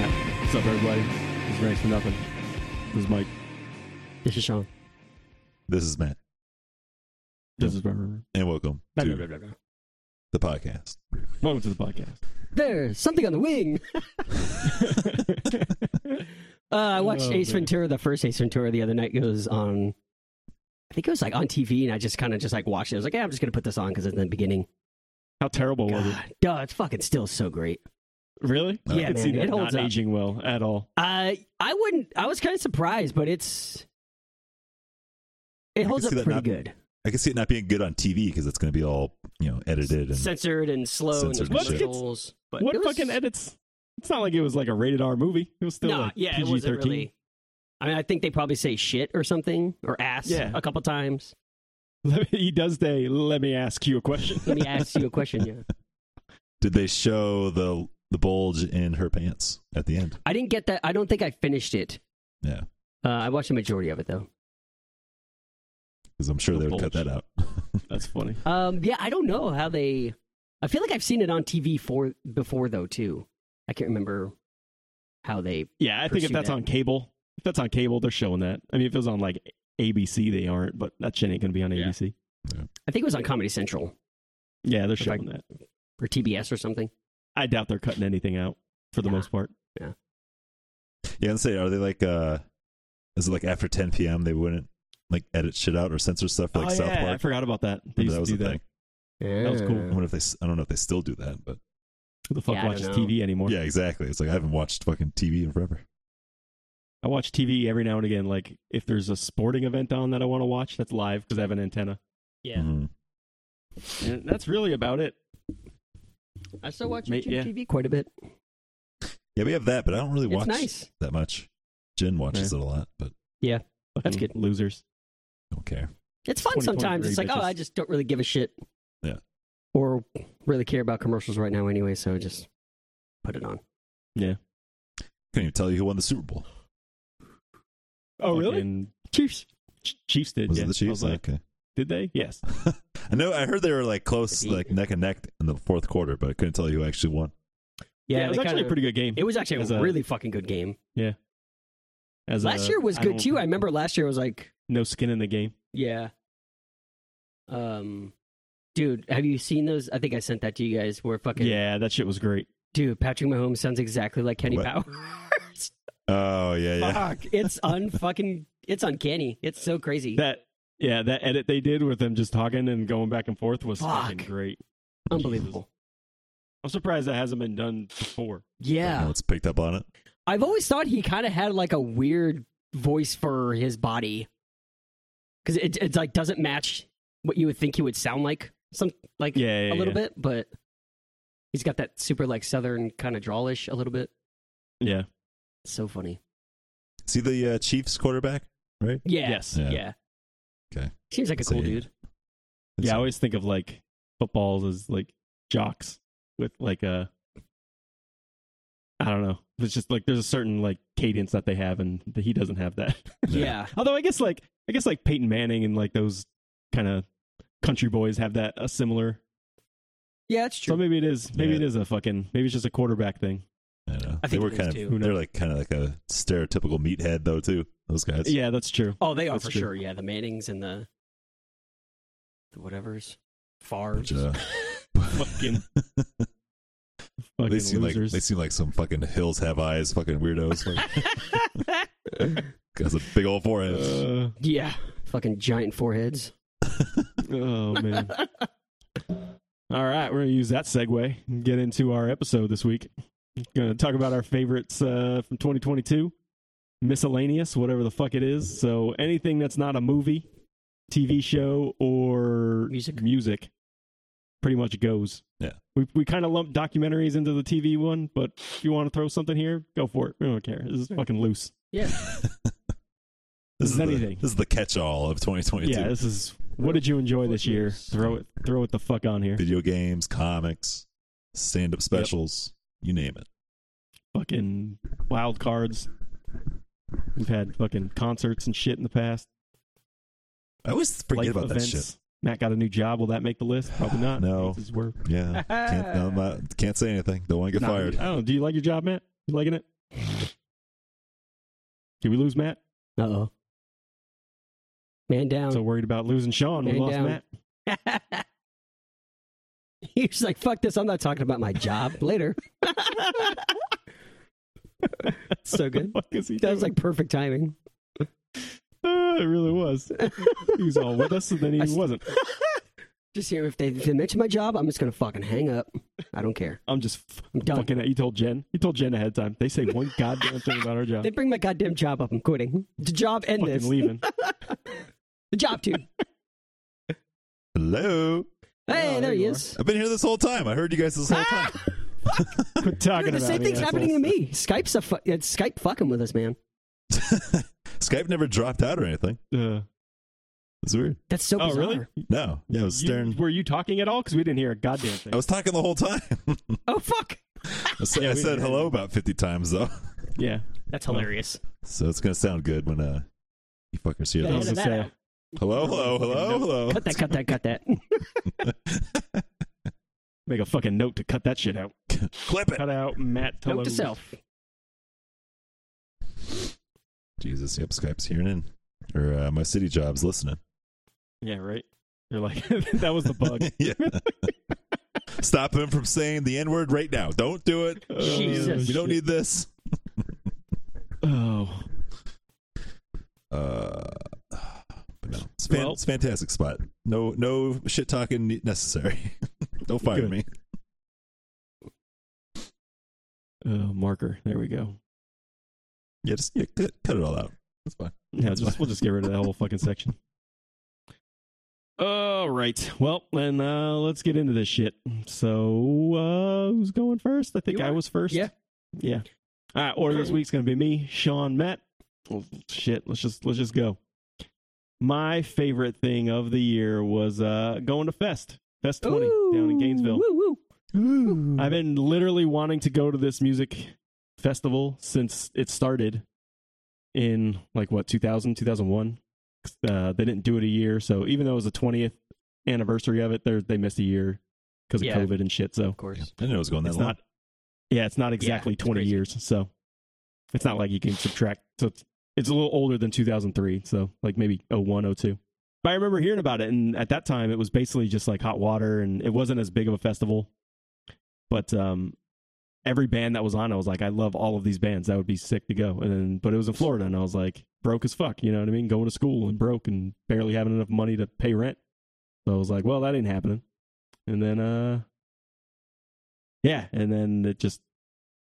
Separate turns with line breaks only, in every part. up, everybody? It's Ranks for Nothing. This is Mike.
This is Sean.
This is Matt,
This is Robert.
and welcome
Blah, blah,
to
blah, blah, blah.
the podcast.
Welcome to the podcast.
There's something on the wing. uh, I watched
Oh,
Ace
man.
Ventura, the first Ace Ventura, the other night. It was on, I think it was like on TV, and I just kind of just like watched it. I was like, yeah, I'm just gonna put this on because it's in the beginning.
How terrible was it?
God, duh, it's fucking still so great.
Really?
Yeah,
I could see
man,
that
it holds
not
up.
aging well at all.
I Uh, I wouldn't. I was kind of surprised, but it's it
can
holds
see
up
that
pretty
not-
good.
I can see it not being good on TV because it's going to be all you know edited and
Censored and slow
Censored
and
and
there's
shit.
commercials. But
what
it was-
fucking edits? It's not like it was like a rated R movie. It was still
Nah,
like
yeah, it
PG
wasn't
thirteen.
really. I mean, I think they probably say shit or something or ass
Yeah.
a couple times.
he does say, "Let me ask you a question."
Let me ask you a question. Yeah,
did they show the the bulge in her pants at the end?
I didn't get that. I don't think I finished it.
Yeah,
Uh, I watched the majority of it though.
because I'm sure
The
they would cut
bulge.
that out.
That's funny.
Um, yeah, I don't know how they. I feel like I've seen it on TV for before though too. I can't remember how they.
Yeah, I think if
Pursue
that's
that.
on cable, if that's on cable, they're showing that. I mean, if it was on like ABC, they aren't, but that shit ain't gonna be on
Yeah.
ABC.
I think it was on Comedy Central
Yeah, they're
I-
showing that.
or TBS or something.
I doubt they're cutting anything out for the
Yeah.
most part.
yeah, and say, are they like uh, is it like after 10 p.m. they wouldn't like edit shit out or censor stuff like
oh,
South
yeah, I
Park?
forgot about that. They
Remember
used
that was
to
the
do that.
thing.
That
was
I
cool.
wonder if they. s- I don't know if they still do that, but
Who the fuck
Yeah, I don't
watches
know.
TV anymore?
yeah, exactly. It's like I haven't watched fucking TV in forever.
I watch TV every now and again. Like if there's a sporting event on that I want to watch, that's live because I have an antenna.
Yeah,
Mhm.
And that's really about it.
I still watch
Ma-
YouTube
yeah.
TV quite a bit.
yeah, we have that, but I don't really
It's
watch
nice.
that much. Jen watches it a lot, but
That's
Fucking
good.
Losers.
I don't care.
It's fun
20,
sometimes. It's like,
23
oh,
bitches.
I just don't really give a shit.
Yeah.
Or really care about commercials right now anyway, so just put it on.
Couldn't even tell you who won the Super Bowl.
Oh
really?
Chiefs. Ch- Chiefs did.
Was
yeah.
it the
I
Chiefs?
was like,
okay.
did they? Yes.
I know. I heard they were like close,
Maybe.
like neck and neck in the fourth quarter, but I couldn't tell you who actually won.
it was
they
actually
kinda-
a pretty good game.
It was actually
as
a
a-
really fucking good game.
As
Last
a-
year was
I
good
don't-
too. I remember last year was like,
no skin in the game.
yeah. Um, dude, have you seen those? I think I sent that to you guys. Where fucking
Yeah, that shit was great.
dude, Patrick Mahomes sounds exactly like Kenny
What?
Powers.
Oh yeah, yeah.
Fuck, it's unfucking, it's uncanny. It's so crazy.
That yeah, that edit they did with them just talking and going back and forth was fucking
Fuck.
great.
Unbelievable.
I'm surprised that hasn't been done before.
Yeah.
No one's picked up on it.
I've always thought he kind of had like a weird voice for his body because it it's like doesn't match what you would think he would sound like some like
Yeah, yeah,
a little
yeah.
bit, but he's got that super like southern kind of drawlish a little bit.
Yeah.
So funny.
See the uh, Chiefs quarterback.
Yeah.
Yes.
Yeah.
Yeah. Okay.
Seems like a
So
cool
he-
dude.
Yeah, I always think of like footballs as like jocks with like a I don't know. It's just like there's a certain like cadence that they have and that he doesn't have that.
Yeah.
Although I guess like I guess like Peyton Manning and like those kind of country boys have that a similar.
Yeah, that's
So maybe it is. Maybe
Yeah.
it is a fucking. Maybe it's just a quarterback thing.
I don't know.
I
they
think
were
it is,
kind
too.
Who
of. They're
knows?
like kind of like a stereotypical meathead though too. Those guys.
yeah, that's true.
Oh, they are
That's
for
true.
sure. Yeah, the Mannings and the the whatever's Favre's.
Which, uh,
Fucking fucking
they seem like
losers.
they seem like some fucking hills have eyes fucking weirdos. Like, has a big old forehead.
Uh,
yeah, fucking giant foreheads.
oh man. All right, we're gonna use that segue and get into our episode this week. Gonna talk about our favorites uh, from 2022, miscellaneous, whatever the fuck it is. So anything that's not a movie, TV show, or
Music.
music, pretty much goes.
Yeah.
we we kind of lump documentaries into the TV one, but if you want to throw something here, go for it. We don't care. This is fucking loose.
this is
anything.
The, this is the catch-all of 2022.
yeah, this is. What did you enjoy this year?
Loose.
Throw it, throw it the fuck on here.
Video games, comics, stand-up specials. You name it.
fucking wild cards. We've had fucking concerts and shit in the past.
I always forget
Life
about
events.
that shit.
Matt got a new job. Will that make the list? Probably not.
No.
This is where-
Yeah. Can't, no, I'm not- can't say anything. Don't want to get
Nah,
fired.
I don't know. Do you like your job, Matt? You liking it? Did we lose Matt?
Uh oh. Man down.
So worried about losing Sean. We
And
lost
Um, down.
Matt.
He was like, fuck this. I'm not talking about my job later. so good.
What the fuck is he
That was
doing?
like perfect timing.
Ah, it really was. he was all with us, and then he
I s-
wasn't.
Just here, if they, if they mention my job, I'm just going to fucking hang up. I don't care.
I'm just f-
I'm done.
fucking. You told Jen. You told Jen ahead of time. They say one goddamn thing about our job.
They bring my goddamn job up. I'm quitting. The job end
fucking
this.
leaving.
The job too.
Hello.
Hey,
Oh,
there
there
he
you
is.
I've been here this whole time. I heard you guys this whole time.
Quit talking
Dude,
about
the same
me,
thing's
asshole.
happening to me. Skype's a fu- it's Skype fucking with us, man.
Skype never dropped out or anything.
Uh,
It's weird.
That's so
oh,
bizarre.
really?
No. Yeah, I was
You-
staring.
were you talking at all? Because we didn't hear a goddamn thing.
I was talking the whole time.
Oh fuck.
I said,
Yeah,
I
we
said
did.
hello about 50 times, though.
yeah.
That's hilarious.
So it's going to sound good when uh, you fuckers hear
Yeah,
I
yeah,
was
this.
that-
gonna say,
Hello, hello, hello, hello.
Cut that, cut that, cut that.
make a fucking note to cut that shit out.
Clip it.
Cut out Matt Hello.
Note to self.
Jesus, yep, Skype's hearing in. Or uh, my city job's listening.
Yeah, right. You're like, that was the bug.
yeah. Stop him from saying the N word right now. Don't do it.
Oh,
Jesus.
We don't
shit.
need this.
Oh,
Uh, but no, it's, fan-
Well-
it's a fantastic spot. No, no shit talking necessary. don't fire
Good.
me.
uh, marker. There we go.
Yeah, just yeah, cut, cut it all out. That's fine.
Yeah,
That's
just,
fine.
we'll just get rid of that whole fucking section. All right. Well, then uh, let's get into this shit. So, uh, who's going first? I think
You
I
are.
was first.
Yeah.
Yeah. All right. Order this week's gonna be me, Sean, Matt. Well, shit. Let's just let's just go. My favorite thing of the year was uh, going to Fest, Fest 20 down in
Ooh,
Gainesville.
Woo, woo.
I've been literally wanting to go to this music festival since it started in like what 2000 2001 uh, they didn't do it a year so even though it was the 20th anniversary of it they they missed a year because of
Yeah.
covid and shit so
Of course.
I didn't know it was going that
it's
long.
not yeah it's not exactly
it's
20
crazy.
years so it's not like you can subtract so it's, it's a little older than 2003 so like maybe 01 02 but i remember hearing about it and at that time it was basically just like hot water and it wasn't as big of a festival but um every band that was on i was like i love all of these bands that would be sick to go and then but it was in florida and i was like broke as fuck you know what i mean going to school and broke and barely having enough money to pay rent so i was like well that ain't happening and then uh yeah, and then it just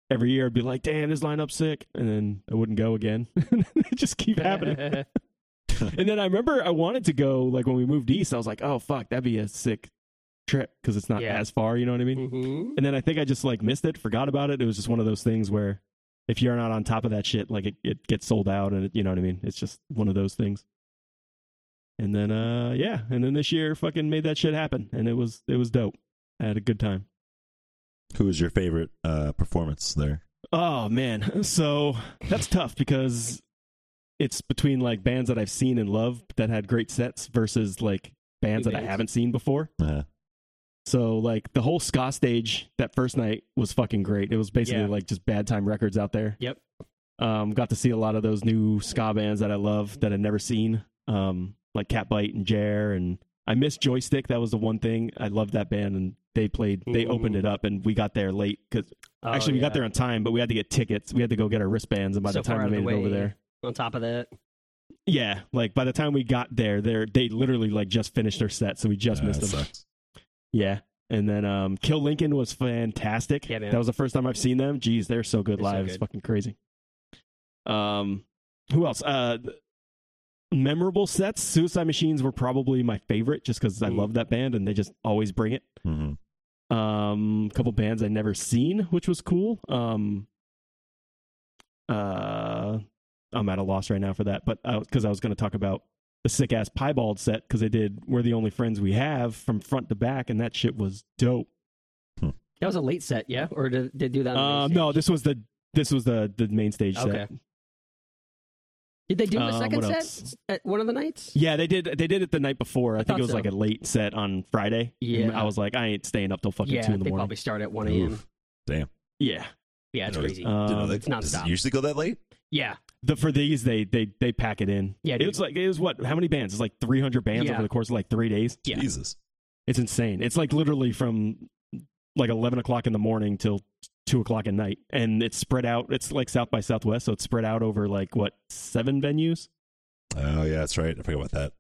every year I'd be like, "Damn, this lineup's sick," and then I wouldn't go again. it just keep happening. and then I remember I wanted to go like when we moved east. I was like, "Oh fuck, that'd be a sick trip because it's not
Yeah.
as far." You know what I mean?
Mhm.
And then I think I just like missed it, forgot about it. It was just one of those things where if you're not on top of that shit, like it, it gets sold out and it, you know what I mean? It's just one of those things. And then uh yeah, and then this year fucking made that shit happen and it was it was dope. I had a good time.
Who was your favorite uh, performance there?
Oh man, so that's tough because it's between like bands that I've seen and love that had great sets versus like bands
New
that I
bands.
haven't seen before.
Uh,
So like the whole ska stage that first night was fucking great. It was basically
Yeah.
like just bad time records out there.
Yep.
Um, got to see a lot of those new ska bands that I love that I'd never seen, um, like Cat Bite and Jer. And I missed Joystick. That was the one thing I loved that band, and they played. They opened
Ooh.
it up, and we got there late because
Oh,
Actually, we
yeah.
got there on time, but we had to get tickets. We had to go get our wristbands, and by
So
the time
far
we
out
made
of
it
the
over
way.
there,
On top of that,
yeah, like by the time we got there, they they literally like just finished their set, so we just
that
missed them.
uh, sucks.
Yeah, and then um, Kill Lincoln was fantastic.
Yeah, man.
that was the first time I've seen them. Jeez, they're so good
They're so
live. It's
good.
fucking crazy. Um, who else? Uh, th- memorable sets. Suicide Machines were probably my favorite, just because I
Mm.
love that band and they just always bring it.
hmm
um couple bands i'd never seen which was cool um uh i'm at a loss right now for that but because i was going to talk about the sick ass piebald set because they did we're the only friends we have from front to back and that shit was dope
that was a late set, yeah? Or did did they do that? on
um
the main
no
stage?
this was the this was the the main stage set
Okay. Did they do
Um,
a second
what
set
else?
at one of the nights?
yeah they did they did it the night before i, think
thought
it was
so.
like a late set on friday
Yeah.
And i was like i ain't staying up till fucking
yeah,
two in the
they
morning
probably start at one a.m.
Oof. Damn.
yeah
Yeah, it's
Yeah.
crazy.
Didn't know
Um,
that-
It's nonstop.
Does it usually go that late?
Yeah.
The for these they they they pack it in.
Yeah,
it
dude.
was like it was what? How many bands? It's like 300 bands
Yeah.
over the course of like three days.
Yeah.
Jesus.
It's insane. It's like literally from like 11 o'clock in the morning till two o'clock at night, and it's spread out. It's like South by Southwest, so it's spread out over like what seven venues.
Oh yeah, that's right. I forgot about that.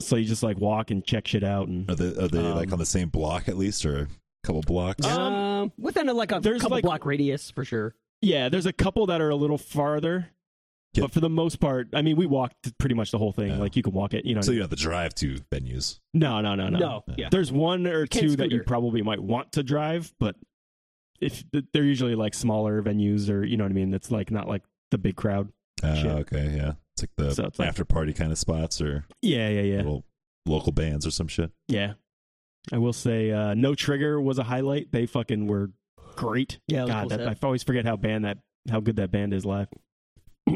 So you just like walk and check shit out, and
Are they, are they like
Um,
on the same block at least, or a couple blocks?
Uh,
Um,
Um,
within a, like a
there's
couple
like-
block radius for sure.
yeah, there's a couple that are a little farther.
Yeah.
But for the most part, I mean, we walked pretty much the whole thing.
Yeah.
Like you can walk it, you know.
so you don't have to drive to venues.
no, no, no, no,
Yeah.
There's one or
Kid
two that you
scooter.
probably might want to drive, but if they're usually like smaller venues or you know what I mean, it's like not like the big crowd.
Oh,
Shit.
okay, yeah. It's like the
So it's like-
after party kind of spots or
Yeah, yeah, yeah,
little local bands or some shit.
yeah. I will say, uh, No Trigger was a highlight. They fucking were great.
Yeah, it was a
God,
cool
that, I
set.
always forget how band that how good that band is live.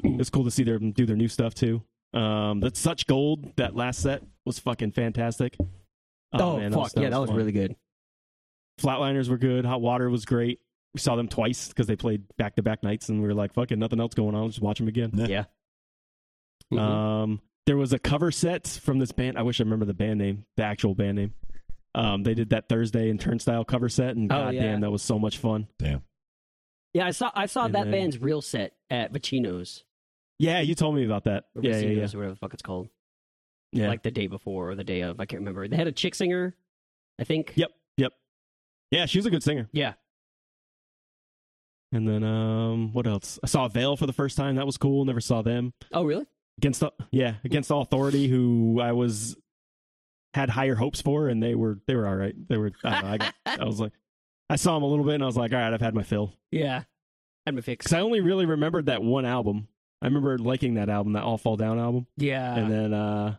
it's cool to see them do their new stuff too. Um, that's such gold. That last set was fucking fantastic.
Oh,
man,
fuck. yeah, that was
fun.
really good.
Flatliners were good. Hot Water was great. We saw them twice because they played back to back nights, and we were like, "Fucking nothing else going on. Let's just watch them again."
Yeah.
Yeah. Mm-hmm.
Um, there was a cover set from this band. I wish I remember the band name, the actual band name. Um, they did that Thursday and Turnstile cover set, and
Oh,
goddamn,
yeah.
that was so much fun.
Yeah, I saw I saw
And
that
then-
band's real set at Vecino's.
Yeah, you told me about that.
Or
Yeah, yeah, yeah.
Vecino's, or whatever the fuck it's called.
yeah.
Like the day before or the day of. I can't remember. They had a chick singer, I think.
Yep. yeah, she was a good singer.
Yeah.
And then um, what else? I saw Veil for the first time. That was cool. Never saw them.
Oh, really?
against yeah against all authority who I was had higher hopes for and they were they were all right they were I, don't know, I, got, I was like I saw them a little bit and I was like all right I've had my fill
Yeah. Had my fix.
because I only really remembered that one album I remember liking that album that All Fall Down album
Yeah.
and then uh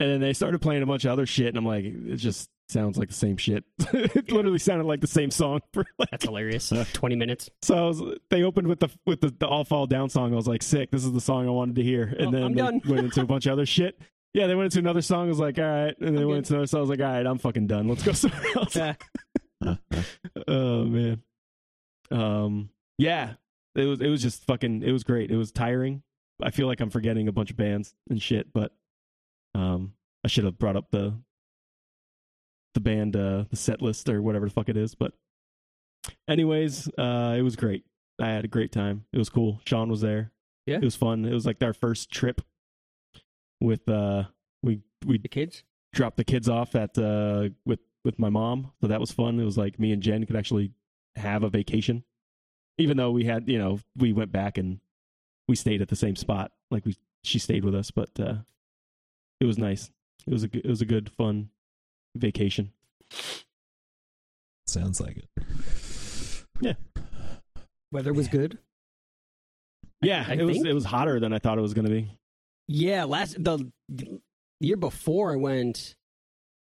and then they started playing a bunch of other shit and I'm like it just sounds like the same shit it literally sounded like the same song for like
That's hilarious. 20 minutes.
so I was, they opened with the with the, the All Fall Down song. I was like, sick. This is the song I wanted to hear. And
Oh,
then
I'm
they
done.
went into a bunch of other shit. Yeah, they went into another song. I was like, all right. And they went
I'm good.
into another song. I was like, all right, I'm fucking done. Let's go somewhere else.
Yeah.
oh man. Um. Yeah. It was. It was just fucking. It was great. It was tiring. I feel like I'm forgetting a bunch of bands and shit. But, um, I should have brought up the the band, uh, the set list or whatever the fuck it is. But, anyways, uh, it was great. I had a great time. It was cool. Sean was there.
Yeah.
It was fun. It was like our first trip. With uh, we we
The kids?
dropped the kids off at uh with with my mom so that was fun it was like me and jen could actually have a vacation even though we had you know we went back and we stayed at the same spot like we she stayed with us but uh it was nice it was a good it was a good fun vacation
Sounds like it.
Weather was good.
yeah
I
it was
think-
it was hotter than i thought it was gonna be
Yeah, last the the year before I went,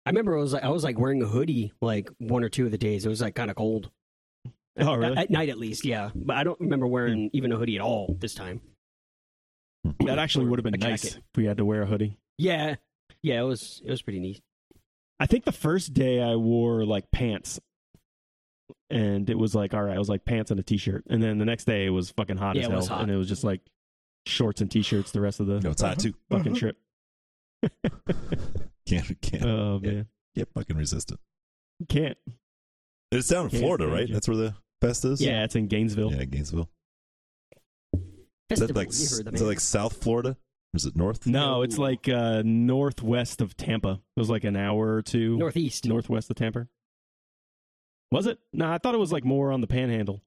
I remember it was like I was like wearing a hoodie like one or two of the days. It was like kind of cold
oh really
at, at night at least. Yeah, but I don't remember wearing even a hoodie at all this time.
that actually would have
A
been nice
jacket.
if we had to wear a hoodie
Yeah, yeah, it was it was pretty neat.
I think the first day I wore like pants. And it was like, all right, it was like pants and a t shirt. And then the next day it was fucking hot
Yeah,
as
it
hell.
was hot.
And it was just like shorts and t shirts the rest of the
No, it's hot too.
fucking trip.
Can't can't
Oh
Yeah.
man.
can't fucking resist it.
Can't.
It's down in
Can't
Florida, right?
imagine.
That's where the fest is.
Yeah, it's in Gainesville.
yeah, Gainesville. Is that
Festival,
like
you
s-
heard the
is that
man.
like South Florida? Or is it North?
No, it's
Ooh.
like uh northwest of Tampa. It was like an hour or two
northeast.
northwest of Tampa. Was it? No, I thought it was like more on the panhandle.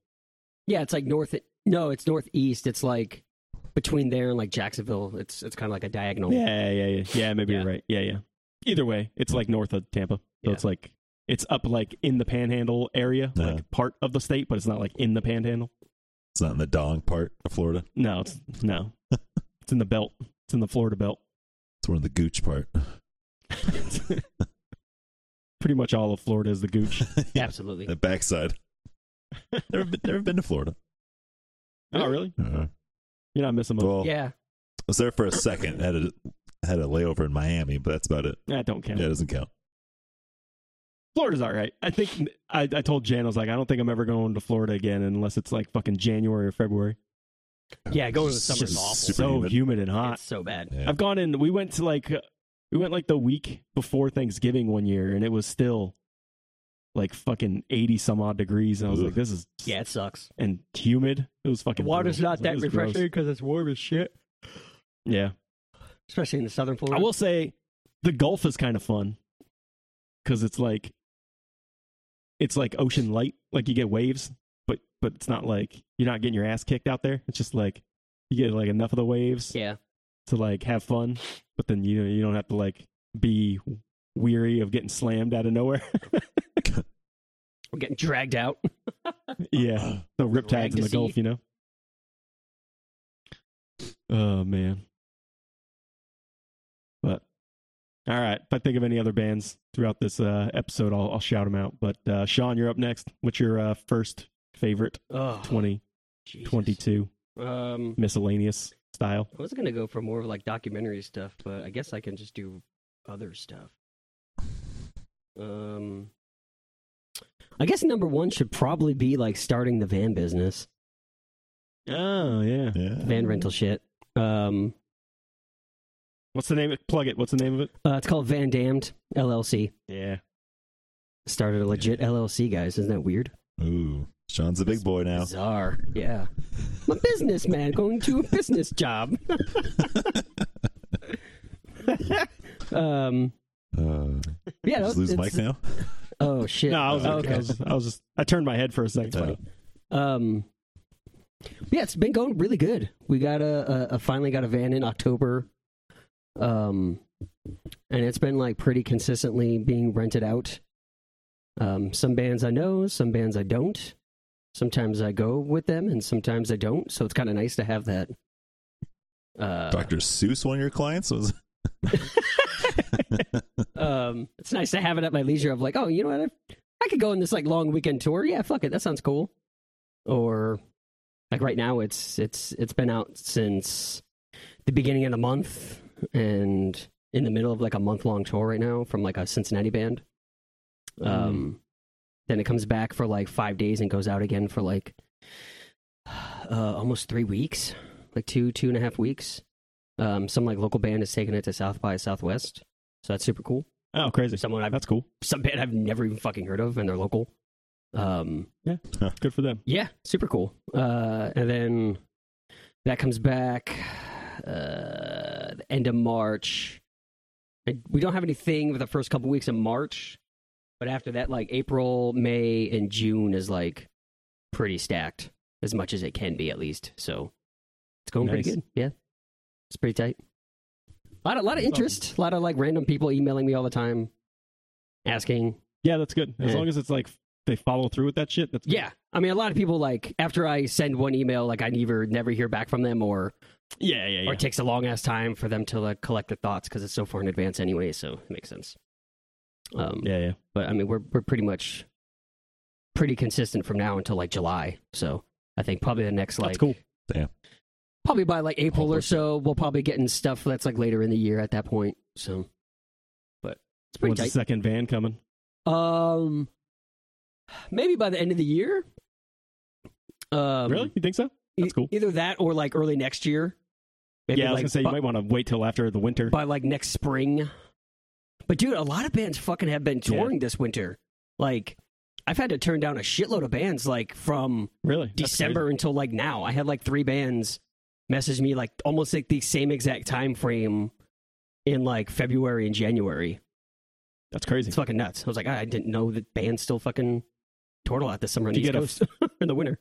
Yeah, it's like north. No, it's northeast. It's like between there and like Jacksonville. It's it's kind of like a diagonal.
Yeah, yeah, yeah. Yeah, maybe you're right. Yeah, yeah. Either way, it's like north of Tampa. So
Yeah.
it's like it's up like in the panhandle area,
Uh-huh.
like part of the state, but it's not like in the panhandle.
It's not in the dong part of Florida.
No, it's no. it's in the belt. It's in the Florida belt.
It's one of the gooch part.
Pretty much all of Florida is the gooch.
absolutely.
The backside. never been never been to Florida.
oh, really?
Uh-huh.
You're not missing much.
Well,
yeah,
I was there for a second. had a had a layover in Miami, but that's about it.
that don't count.
That doesn't count.
Florida's all right. I think I, I told Jan I was like, I don't think I'm ever going to Florida again unless it's like fucking January or February.
Yeah, going to the summer's
Just
awful.
super
so
humid.
humid and hot.
It's so bad.
Yeah.
I've gone in. We went to like uh, we went like the week before Thanksgiving one year, and it was still like fucking eighty some odd degrees, and I was
Ugh.
like, this is
Yeah, it sucks.
and humid. It was
The
fucking.
water's
brutal.
not
It
that
was
refreshing
gross.
because it's warm as shit,
Yeah,
especially in the southern Florida.
I will say the Gulf is kind of fun because it's like it's like ocean light. Like you get waves, but but it's not like you're not getting your ass kicked out there. It's just like you get like enough of the waves.
Yeah,
to like have fun, but then you know you don't have to like be weary of getting slammed out of nowhere.
we're getting dragged out.
yeah, Uh-huh. the
Drag
riptides in the
disease.
Gulf, you know. Oh man, but all right. If I think of any other bands throughout this uh, episode, I'll, I'll shout them out. But uh, Sean, you're up next. What's your uh, first favorite
Oh,
2022
Jesus. Um,
miscellaneous style?
I was gonna go for more of like documentary stuff, but I guess I can just do other stuff. Um, I guess number one should probably be like starting the van business,
Oh yeah.
Yeah.
van rental shit. Um,
What's the name? Of it? Plug it. What's the name of it?
uh, it's called Van Damned LLC.
Yeah.
Started a legit LLC, guys. Isn't that weird?
Ooh, Sean's a big boy now.
Bizarre. Yeah. I'm a businessman going to a business job. um,
Uh,
yeah.
just
that-
lose
it's-
mic now.
Oh shit.
No, I was,
Oh,
okay. I, was, I was just, I turned my head for a second.
Uh,
Um, yeah, it's been going really good. We got a, a, a finally got a van in October, um, and it's been like pretty consistently being rented out. Um, some bands I know, some bands I don't. Sometimes I go with them, and sometimes I don't. So it's kind of nice to have that. Uh,
Dr. Seuss, one of your clients was.
um, it's nice to have it at my leisure. Of like, oh, you know what? I, I could go on this like long weekend tour. Yeah, fuck it, that sounds cool. Or like right now, it's it's it's been out since the beginning of the month, and in the middle of like a month long tour right now from like a Cincinnati band.
Mm-hmm.
Um, then it comes back for like five days and goes out again for like uh, almost three weeks, like two two and a half weeks. Um, some like local band is taking it to South by Southwest, so that's super cool
oh, crazy!
someone Um, I've
That's cool.
some band I've never even fucking heard of, and they're local. Um,
Good for them.
yeah, super cool. Uh, and then that comes back uh, the end of March. And we don't have anything for the first couple weeks of March, but after that, like April, May, and June is like pretty stacked as much as it can be, at least. So it's going pretty
Nice.
good. Yeah, it's pretty tight. A lot of, lot of
That's
interest. A lot of like random people emailing me all the time, asking
Yeah, that's good. As
Yeah.
long as it's like they follow through with that shit. That's good.
Yeah. I mean, a lot of people like after I send one email, like I never never hear back from them, or
yeah, yeah, yeah.
or it takes a long ass time for them to like collect their thoughts because it's so far in advance anyway. So it makes sense. Um,
yeah, yeah.
but I mean, we're we're pretty much pretty consistent from now until like July. So I think probably the next
that's
like
cool.
probably by like April or
Almost.
so, we'll probably get in stuff that's like later in the year at that point. So, but it's pretty
When's the
tight.
second van coming?
Um, maybe by the end of the year. Um,
really? You think so? That's
E-
cool.
Either that or like early next year. Maybe
yeah, I was
like
gonna say
bu-
you might want to wait till after the winter.
by like next spring. But dude, a lot of bands fucking have been touring this winter. Like, I've had to turn down a shitload of bands like from
really? That's
December until like now. I had like three bands message me like almost like the same exact time frame in like February and January.
crazy. That's crazy.
It's fucking nuts. I was like, I didn't know that bands still fucking toured a lot this summer in
Did
the
you
East Coast in the winter.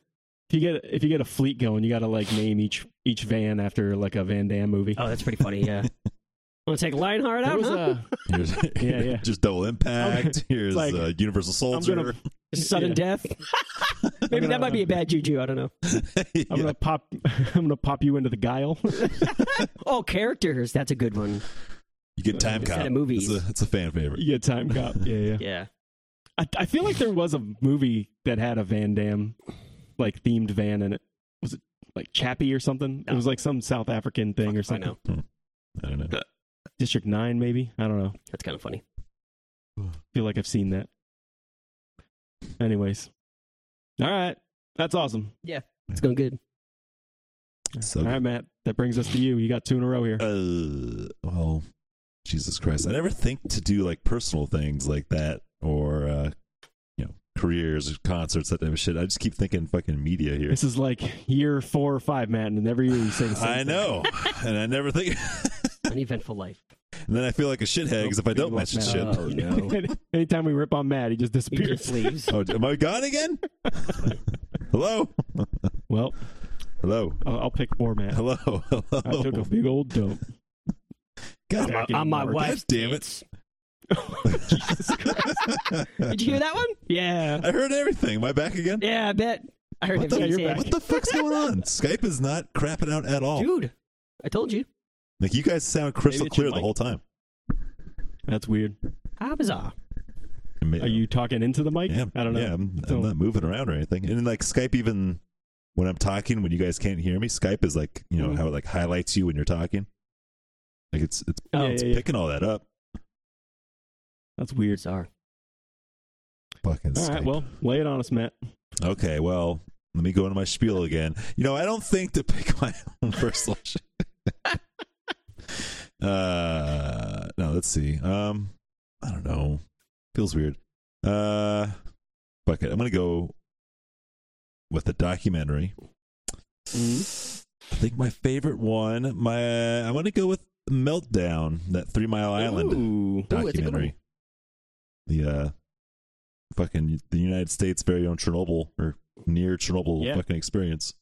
If you get if you get a fleet going, you got to like name each each van after like a Van Damme movie.
Oh, that's pretty funny. Yeah. Want to take Lionheart
There
out?
was,
huh?
uh,
Here's,
Yeah, yeah.
Just double impact. Here's
like,
uh, Universal
I'm
Soldier.
gonna-
sudden
Yeah.
death. Maybe that
gonna-
might be a bad juju. I don't know.
Yeah.
I'm gonna pop I'm gonna pop you into the guile.
Oh, characters. That's a good one.
You get time
Instead
cop.
of movies.
It's a, it's a fan favorite.
you get time cop. Yeah, yeah.
Yeah.
I, I feel like there was a movie that had a Van Damme like themed van in it. Was it like Chappie or something? It was like some South African thing or
I
something.
know.
I don't know.
District Nine, maybe. I don't know.
That's kind of funny.
I feel like I've seen that. Anyways, all right, that's awesome.
It's going good.
So
All right, Matt, that brings us to you. You got two in a row here.
uh, well, Jesus Christ. I never think to do like personal things like that or, uh, you know, careers or concerts, that type of shit. I just keep thinking fucking media here.
This is like year four or five, Matt, and every year you say the same
I
thing.
know. and I never think.
Uneventful life.
and then I feel like a shithead because if I don't
We lost
mention shit.
Matt.
Oh, no.
Any- Anytime we rip on Matt, he just
He
disappears.
just leaves.
Oh, am I gone again? Hello?
Well,
Hello?
I'll, I'll pick four, Matt.
Hello?
I took a
Hello?
big old dump.
God,
Back in
Uh, On my
March.
wife's
damn it.
tits. Did you hear that one? Yeah.
I heard everything. Am I back again?
Yeah, I bet. I heard
What
him
the,
say it.
what the fuck's going on? Skype is not crapping out at all.
Dude, I told you.
Like you guys sound crystal
Maybe it's your
clear the
mic.
whole time.
That's weird.
How bizarre.
Ma-
Are you talking into the mic?
Yeah,
I don't know.
Yeah, I'm,
So-
I'm not moving around or anything. And then, like Skype, even when I'm talking, when you guys can't hear me, Skype is like you know
Mhm.
how it like highlights you when you're talking. Like it's it's,
Yeah,
it's
Oh, yeah, yeah.
picking all that up.
That's weird.
Bizarre.
Fucking
All
Skype.
right, well, lay it on us, Matt.
okay, well, let me go into my spiel again. You know, I don't think to pick my own personal shit. uh, no, let's see. Um, I don't know. Feels weird. Uh, fuck it. I'm gonna go with the documentary. I think my favorite one. My I'm gonna go with Meltdown, that Three Mile Island
Ooh.
Ooh, that's a good
documentary. the uh, fucking the United States' very own Chernobyl or near Chernobyl
Yeah.
fucking experience.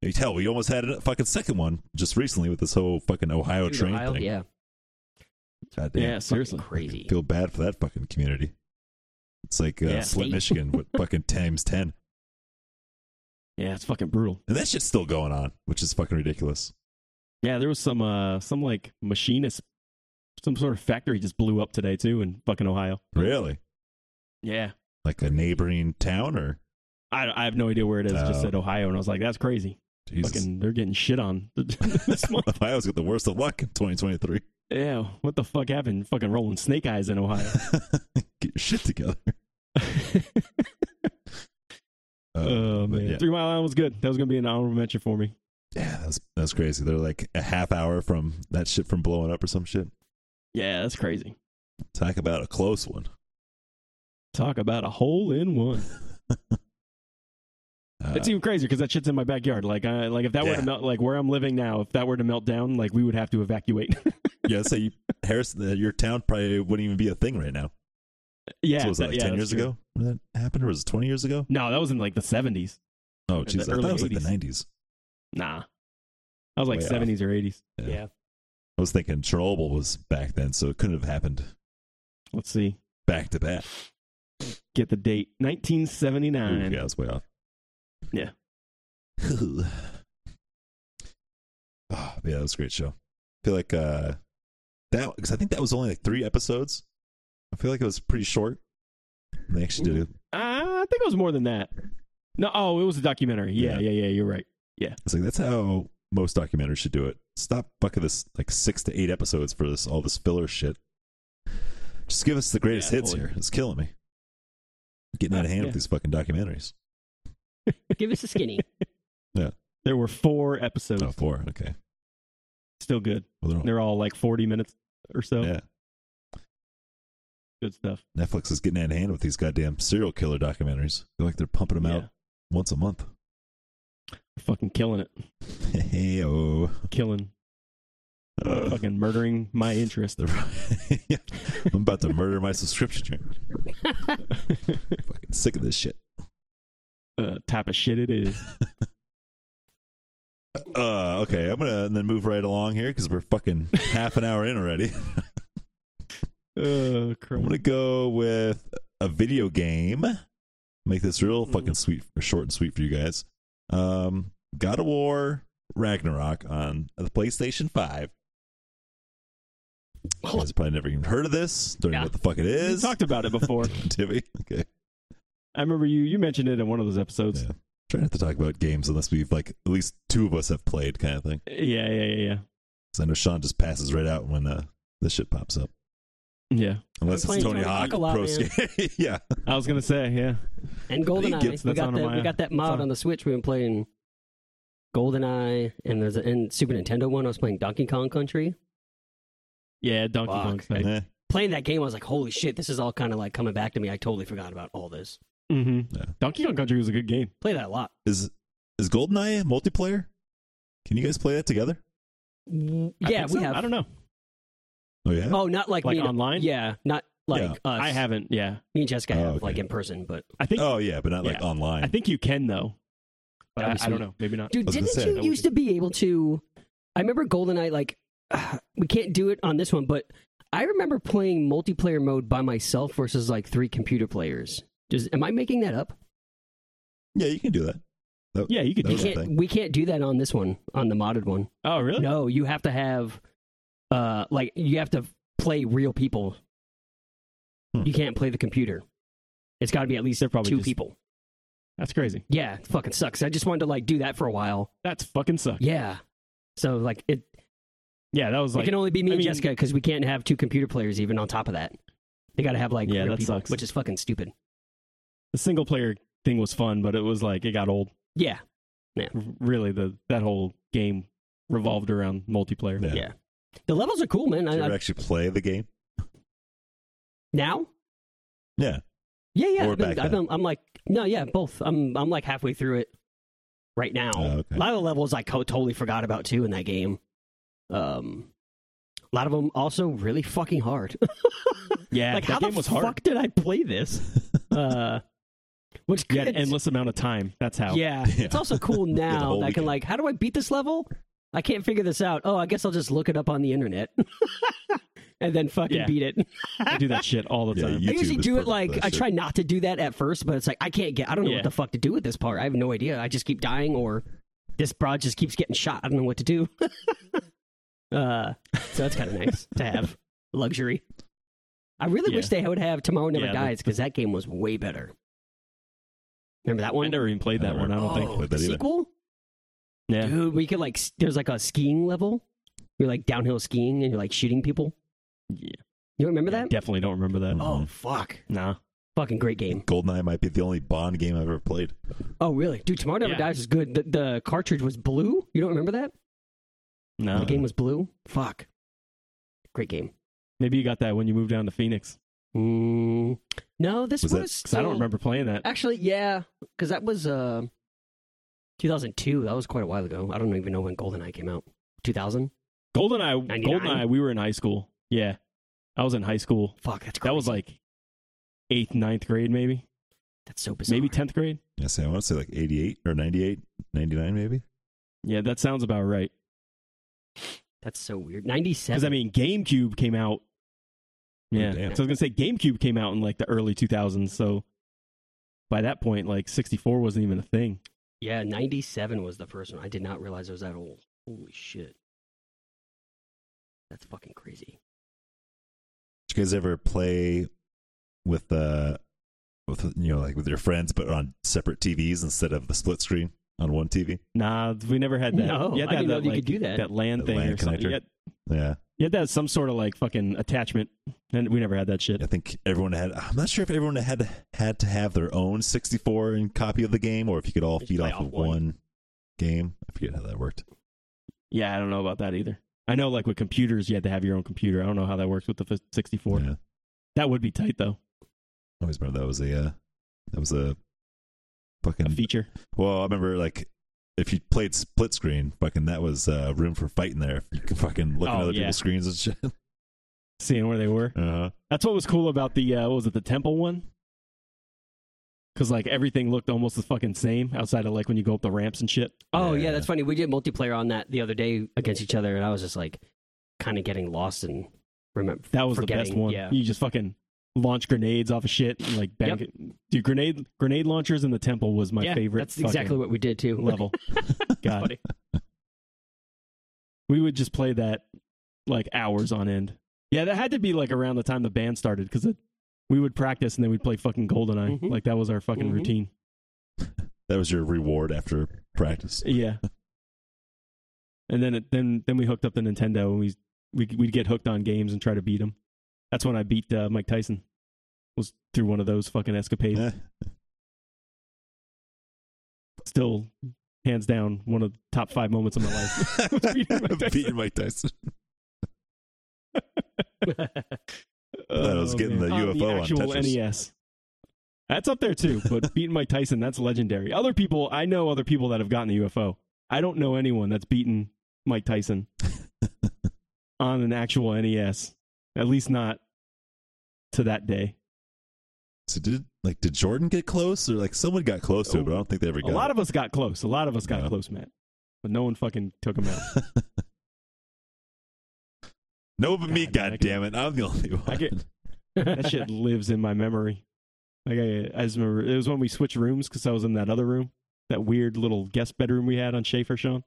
You tell we almost had a fucking second one just recently with this whole fucking Ohio
Dude,
Oh, train
Ohio,
thing.
Yeah.
God damn,
Yeah, seriously.
Fucking Crazy.
feel bad for that fucking community. It's like uh,
Yeah.
Flint,
State.
Michigan, with fucking times ten,
Yeah, it's fucking brutal.
and that shit's still going on, which is fucking ridiculous.
Yeah, there was some uh some like machinist some sort of factory just blew up today too in fucking Ohio.
Really,
Yeah.
like a neighboring town or
I, I have no idea where it is. It
Oh.
just said Ohio and I was like, that's crazy.
Jesus.
Fucking they're getting shit on this month.
Ohio's got the worst of luck in 2023.
Yeah, what the fuck happened? Fucking rolling snake eyes in Ohio.
Get your shit together. Uh,
oh
but
man.
yeah.
Three Mile Island was good. That was gonna be an honorable mention for me.
yeah, that's that's crazy. They're like a half hour from that shit from blowing up or some shit.
Yeah, that's crazy.
Talk about a close one.
Talk about a hole in one.
Uh,
it's even crazier because that shit's in my backyard. Like, I, like if that were
Yeah.
to melt, like where I'm living now, if that were to melt down, like we would have to evacuate.
yeah, so you, Harrison, uh, your town probably wouldn't even be a thing right now.
yeah,
so was that
that-
like
yeah,
ten
that's
years
true.
ago when that happened, or was it twenty years ago?
No, that was in like the 70s.
Oh,
the
jeez, I thought
early
it was like the
80s.
nineties.
Nah, I was like
Way off.
70s or 80s.
Yeah. I was thinking Chernobyl was back then, so it couldn't have happened
Let's see,
back to back.
get the date
Ooh,
1979.
yeah, I was way off.
Yeah.
oh, Ah, yeah, that was a great show. I feel like uh that because I think that was only like three episodes. I feel like it was pretty short. And they actually did it.
Uh, I think it was more than that. No, oh, it was a documentary. Yeah,
Yeah.
yeah, yeah. you're right.
It's like that's how most documentaries should do it. Stop fucking this like six to eight episodes for this all this filler shit. Just give us the greatest
Yeah,
hits
totally.
here. It's killing me. Getting out of hand
Yeah.
with these fucking documentaries.
Give us a skinny.
There were four episodes.
Oh, four. Okay.
Still good.
Well, they're all-
They're all like 40 minutes or so.
yeah.
Good stuff.
Netflix is getting out of hand with these goddamn serial killer documentaries. I feel like they're pumping them out
Yeah.
once a month.
Fucking killing it.
Hey, oh.
Killing.
Ugh.
Fucking murdering my interest.
They're- Yeah. I'm about to murder my subscription. Fucking sick of this shit.
uh, type of shit it is.
Uh, okay, I'm gonna then move right along here because we're fucking half an hour in already.
Uh, crap.
I'm gonna go with a video game. Make this real
Mm-hmm.
fucking sweet, or short and sweet for you guys. Um, God of War Ragnarok on the PlayStation Five. You guys probably never even heard of this. Don't
Yeah.
know what the fuck it
We
is.
talked about it before.
Timmy. Okay.
I remember you you mentioned it in one of those episodes.
Yeah. Try not to talk about games unless we've like at least two of us have played, kind of thing.
Yeah, yeah, yeah, yeah.
'Cause I know Sean just passes right out when uh, this shit pops up,
Yeah.
unless
I'm
it's
playing
Tony
Tony
Hawk
Hawk a lot,
Pro
man.
Skate. yeah,
I was gonna say, yeah.
and
He
GoldenEye.
gets-
we
that's
got
on
the,
my-
we got that mod
on-
on the Switch we've been playing GoldenEye, and there's a and Super Nintendo one. I was playing Donkey Kong Country.
Yeah, Donkey
Fuck.
Kong stuff.
Eh,
Playing that game, I was like, holy shit, this is all kind of like coming back to me. I totally forgot about all this.
hmm
Yeah.
Donkey Kong Country was a good game.
Play that a lot.
Is is Goldeneye multiplayer? Can you guys play that together?
Mm, I
yeah,
think
we
so.
have.
I don't know.
Oh yeah.
Oh, not like
Like
me and-
online?
Yeah, not like
Yeah.
us.
I haven't. Yeah,
me and Jessica
Oh,
have
okay.
like in person, but
I think.
Oh, yeah, but not like
Yeah.
online.
I think you can though. But I,
That'd be
I don't
sweet.
know. Maybe not.
I
Dude,
was gonna
didn't
say,
you
that would
used to be able to? I remember GoldenEye. Like, we can't do it on this one, but I remember playing multiplayer mode by myself versus like three computer players. Just, am I making that up?
yeah, you can do that. That-
Yeah, you could
that
do
We
was a thing.
can't. We can't do that on this one, on the modded one.
Oh, really?
No, you have to have, uh, like you have to play real people.
Hmm.
You can't play the computer. It's got to be at least
They're probably
two
just-
people.
That's crazy.
Yeah, it fucking sucks. I just wanted to like do that for a while.
That's fucking suck.
Yeah. So like it,
Yeah, that was
it
like.
can only be me
I
and
mean-
Jessica because we can't have two computer players even on top of that. They got to have like
Yeah,
real
that
people,
sucks.
which is fucking stupid.
the single player thing was fun, but it was like it got old.
Yeah,
R- Really, the that whole game revolved around multiplayer.
Yeah.
yeah. The levels are cool, man.
Did you
I,
ever
I,
actually play the game?
now,
Yeah.
yeah, yeah.
Or
I've been,
back
I've been, I'm like, no, yeah, both. I'm I'm like halfway through it right now.
Oh, okay.
A lot of the levels I co- totally forgot about too in that game. Um, a lot of them also really fucking hard.
Yeah,
like
that
how
game
the
was
fuck
hard.
did I play this? Uh, which
You had an
it's-
endless amount of time. That's how.
Yeah.
Yeah.
It's also cool now
whole
that I can
weekend.
like, how do I beat this level? I can't figure this out. Oh, I guess I'll just look it up on the internet and then fucking
Yeah.
beat it.
I do that shit all the
Yeah,
time.
you-
I usually
YouTube is
do
perfect
it
for
like
that
I
shit.
try not to do that at first, but it's like I can't get I don't know
Yeah.
what the fuck to do with this part. I have no idea. I just keep dying or this broad just keeps getting shot. I don't know what to do. uh so that's kind of nice to have luxury. I really
Yeah.
wish they would have Tomorrow Never
Yeah, the-
Dies because that game was way better. Remember that one?
I never even played that
Never.
one. I don't think.
Oh,
Played
the
that either.
sequel?
Yeah.
Dude, we could like s- there's like a skiing level. You're like downhill skiing and you're like shooting people.
Yeah.
You remember that?
Definitely don't remember that.
Mm.
Oh fuck.
Nah.
Fucking great game.
Goldeneye might be the only Bond game I've ever played.
Oh really? Dude, Tomorrow Never
Yeah.
Dies is good. The, the cartridge was blue. You don't remember that?
No. Uh-huh.
The game was blue. Fuck. Great game.
Maybe you got that when you moved down to Phoenix.
Mm, no, this was,
Was that-
Because I don't
still-
remember playing that.
Actually, yeah, because that was uh, 2002. That was quite a while ago. I don't even know when GoldenEye came out. 2000.
Goldeneye,
99?
Goldeneye, we were in high school. Yeah. I was in high school.
Fuck, that's crazy.
That was like eighth, ninth grade, maybe.
that's so bizarre.
Maybe 10th grade.
Yeah, say I want to say like 88 or 98, 99 maybe.
Yeah, that sounds about right.
that's so weird.
Because,
97.
I mean, GameCube came out. Yeah.
Oh, damn.
So I was going to say GameCube came out in like the early 2000s. So by that point, like 64 wasn't even a thing.
Yeah, 97 was the first one. I did not realize it was that old. Holy shit. That's fucking crazy.
Did you guys ever play with uh with you know like with your friends but on separate TVs instead of the split screen on one TV?
Nah, we never had that.
No,
you had to have
I didn't know
that,
you could
like,
do that.
LAN
The
thing
LAN
or something.
connector.
You had,
Yeah.
you had to have some sort of like fucking attachment. And we never had that shit.
I think everyone had I'm not sure if everyone had had to have their own 64 and copy of the game or if you could all
Just
feed
play
off of
off one.
one. game. I forget how that worked.
Yeah, I don't know about that either. I know, like with computers, you had to have your own computer. I don't know how that works with the f- 64.
Yeah.
That would be tight though.
I always remember that was a uh, that was a
A
fucking
feature.
Well, I remember like if you played split screen, fucking that was uh, room for fighting there. You could fucking look at
Oh,
other
yeah.
people's screens and shit. Uh-huh. Uh
Seeing where they were.
huh.
That's what was cool about the uh, what was it the temple one? Because like everything looked almost the fucking same outside of like when you go up the ramps and shit.
Oh, yeah.
Yeah.
that's funny. We did multiplayer on that the other day against each other, and I was just like kind of getting lost and remember.
That was the
forgetting.
best one.
Yeah.
You just fucking launch grenades off of shit and like bang.
Yep.
It. Dude, grenade grenade launchers in the temple was my
yeah,
favorite.
That's
fucking
exactly what we did too.
level. God,
Funny.
we would just play that like hours on end. Yeah, that had to be like around the time the band started because we would practice and then we'd play fucking Goldeneye.
Mhm.
Like that was our fucking
Mhm.
routine.
That was your reward after practice.
Yeah. and then it, then then we hooked up the Nintendo and we we we'd get hooked on games and try to beat them. That's when I beat uh, Mike Tyson. Was through one of those fucking escapades.
Eh,
Still hands down one of the top five moments of my life. Beating Mike Tyson.
Beating Mike Tyson. thought I was getting the
On
UFO on
Uh, actual
Tetris.
NES. That's up there too, but beating Mike Tyson, that's legendary. Other people, I know other people that have gotten the UFO. I don't know anyone that's beaten Mike Tyson on an actual NES. At least not to that day.
So did like did Jordan get close or like someone got close to it, but I don't think they ever
Oh, A
got
lot
it.
of us got close. A lot of us got
Yeah.
close, Matt. But no one fucking took him out.
No, but me.
God, man,
God
I could-
damn it! I'm the only one.
I could- that shit lives in my memory. Like I, I just remember it was when we switched rooms because I was in that other room, that weird little guest bedroom we had on Schaefer Sean.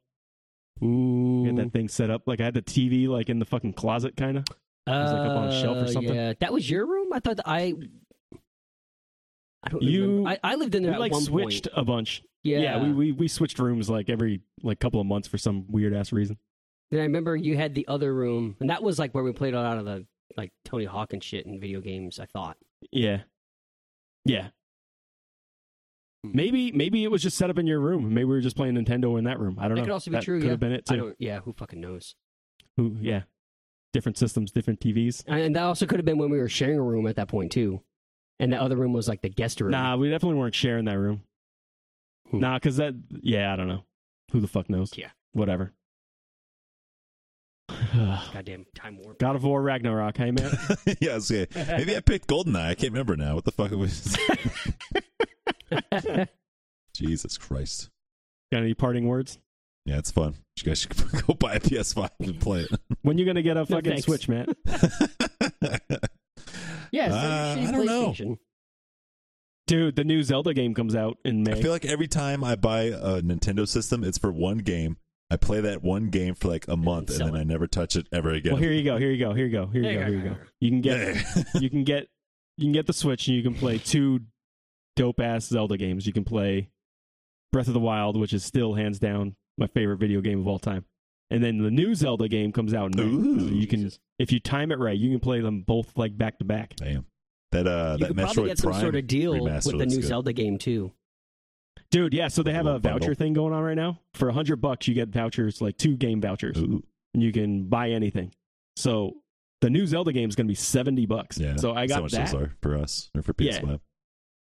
We had
Ooh.
that thing set up. Like I had the TV like in the fucking closet, kind of. was, like, up on a shelf or
Uh,
something.
Yeah, that was your room. I thought that I. I don't.
You-
remember. I, I lived in
We
there at
like
one
switched
point.
a bunch.
Yeah,
we, we we switched rooms like every like couple of months for some weird ass reason.
Then I remember you had the other room, and that was like where we played a lot of the like Tony Hawk and shit in video games. I thought.
Yeah, yeah.
Hmm.
Maybe maybe it was just set up in your room. Maybe we were just playing Nintendo in that room. I don't
That
know.
could also be true,
Could
yeah.
have been it
I
too.
don't. Yeah, who fucking knows?
Who, yeah, different systems, different TVs.
And, and that also could have been when we were sharing a room at that point too, and the other room was like the guest room.
Nah, we definitely weren't sharing that room.
Hmm.
Nah, because that, yeah, I don't know. Who the fuck knows?
Yeah.
Whatever. God
Goddamn time warp.
of War Ragnarok, hey man.
yeah, I was gonna- maybe I picked Goldeneye. I can't remember now. What the fuck it was? Jesus Christ!
Got any parting words?
Yeah, it's fun. You guys should go buy a PS5 and play it.
When you gonna get a fucking
thanks.
Switch, man?
yes,
Uh,
shitty
I don't know.
PlayStation.
Dude, the new Zelda game comes out in May.
I feel like every time I buy a Nintendo system, it's for one game. I play that one game for like a month, and
sell
then
it.
I never touch it ever again.
well, here you go, here you go, here you go, here you go, here you go. You can get, you can get, you can get the Switch, and you can play two dope ass Zelda games. You can play Breath of the Wild, which is still hands down my favorite video game of all time. And then the new Zelda game comes out in May.
Ooh.
So you can
Jesus.
if you time it right, you can play them both like back to back.
Damn. That uh, that
You could probably
Metroid
get some
Prime
sort of deal with
remaster
the
looks
new
good.
Zelda game too.
Dude, yeah, so they have a
Little bundle.
voucher thing going on right now. For 100 bucks you get vouchers, like two game vouchers,
Ooh.
and you can buy anything. So the new Zelda game is going to be 70 bucks.
Yeah.
So I
that's how
got
much
that.
those are for us or for
Yeah.
PS5.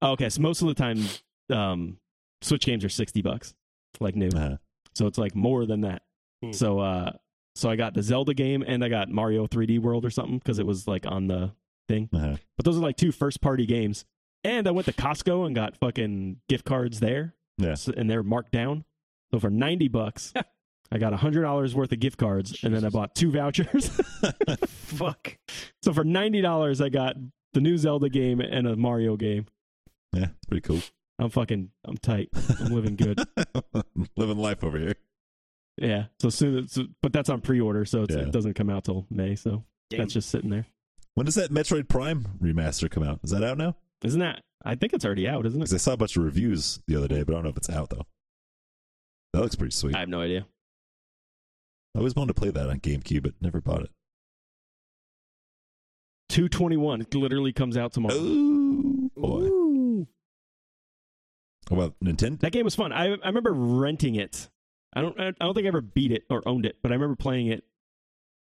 Okay, so most of the time um Switch games are 60 bucks like new.
Uh-huh.
So it's like more than that.
Hmm.
So uh so I got the Zelda game and I got Mario 3D World or something because it was like on the thing.
Uh-huh.
But those are like two first party games. And I went to Costco and got fucking gift cards there.
Yeah.
So- and they're marked down. So for 90 bucks, I got $100 worth of gift cards and then I
Jesus.
bought two vouchers.
Fuck.
so for $90, I got the new Zelda game and a Mario game.
Yeah, it's pretty cool.
I'm fucking, I'm tight. I'm living good.
Living life over here.
Yeah. So soon, so, but that's on pre order. So it's,
Yeah.
it doesn't come out till May. So
Damn.
that's just sitting there.
When does that Metroid Prime remaster come out? Is that out now?
Isn't that? I think it's already out, isn't it?
Because I saw a bunch of reviews the other day, but I don't know if it's out though. That looks pretty sweet.
I
I
have no idea.
always wanted to play that on GameCube, but never bought it.
221 it literally comes out tomorrow.
Oh boy!
Ooh.
Oh, well, Nintendo.
That game was fun. I, I remember renting it. I don't I don't think I ever beat it or owned it, but I remember playing it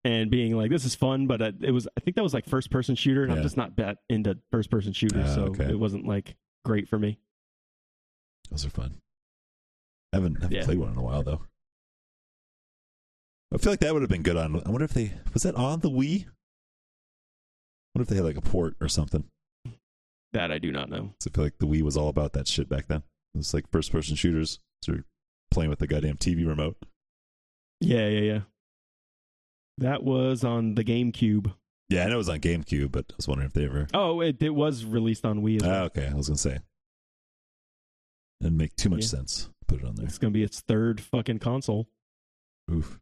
and being like, "This is fun." But uh, it was I think that was like first person shooter, and
Yeah.
I'm just not that into first person shooters,
Ah,
so
okay.
it wasn't like great for me.
Those are fun. I haven't, haven't
Yeah.
played one in a while though. I feel like that would have been good on. I wonder if they was that on the Wii. wonder if they had like a port or something.
That I do not know.
'Cause I feel like the Wii was all about that shit back then. It was like first person shooters. So you're playing with the goddamn TV remote.
Yeah, yeah, yeah. That was on the GameCube.
Yeah, I know it was on GameCube, but I was wondering if they ever.
Oh, it, it was released on Wii as well.
Ah, okay, I was gonna say. Didn't make too much
Yeah.
sense. Put it on there.
It's gonna be its third fucking console.
Oof.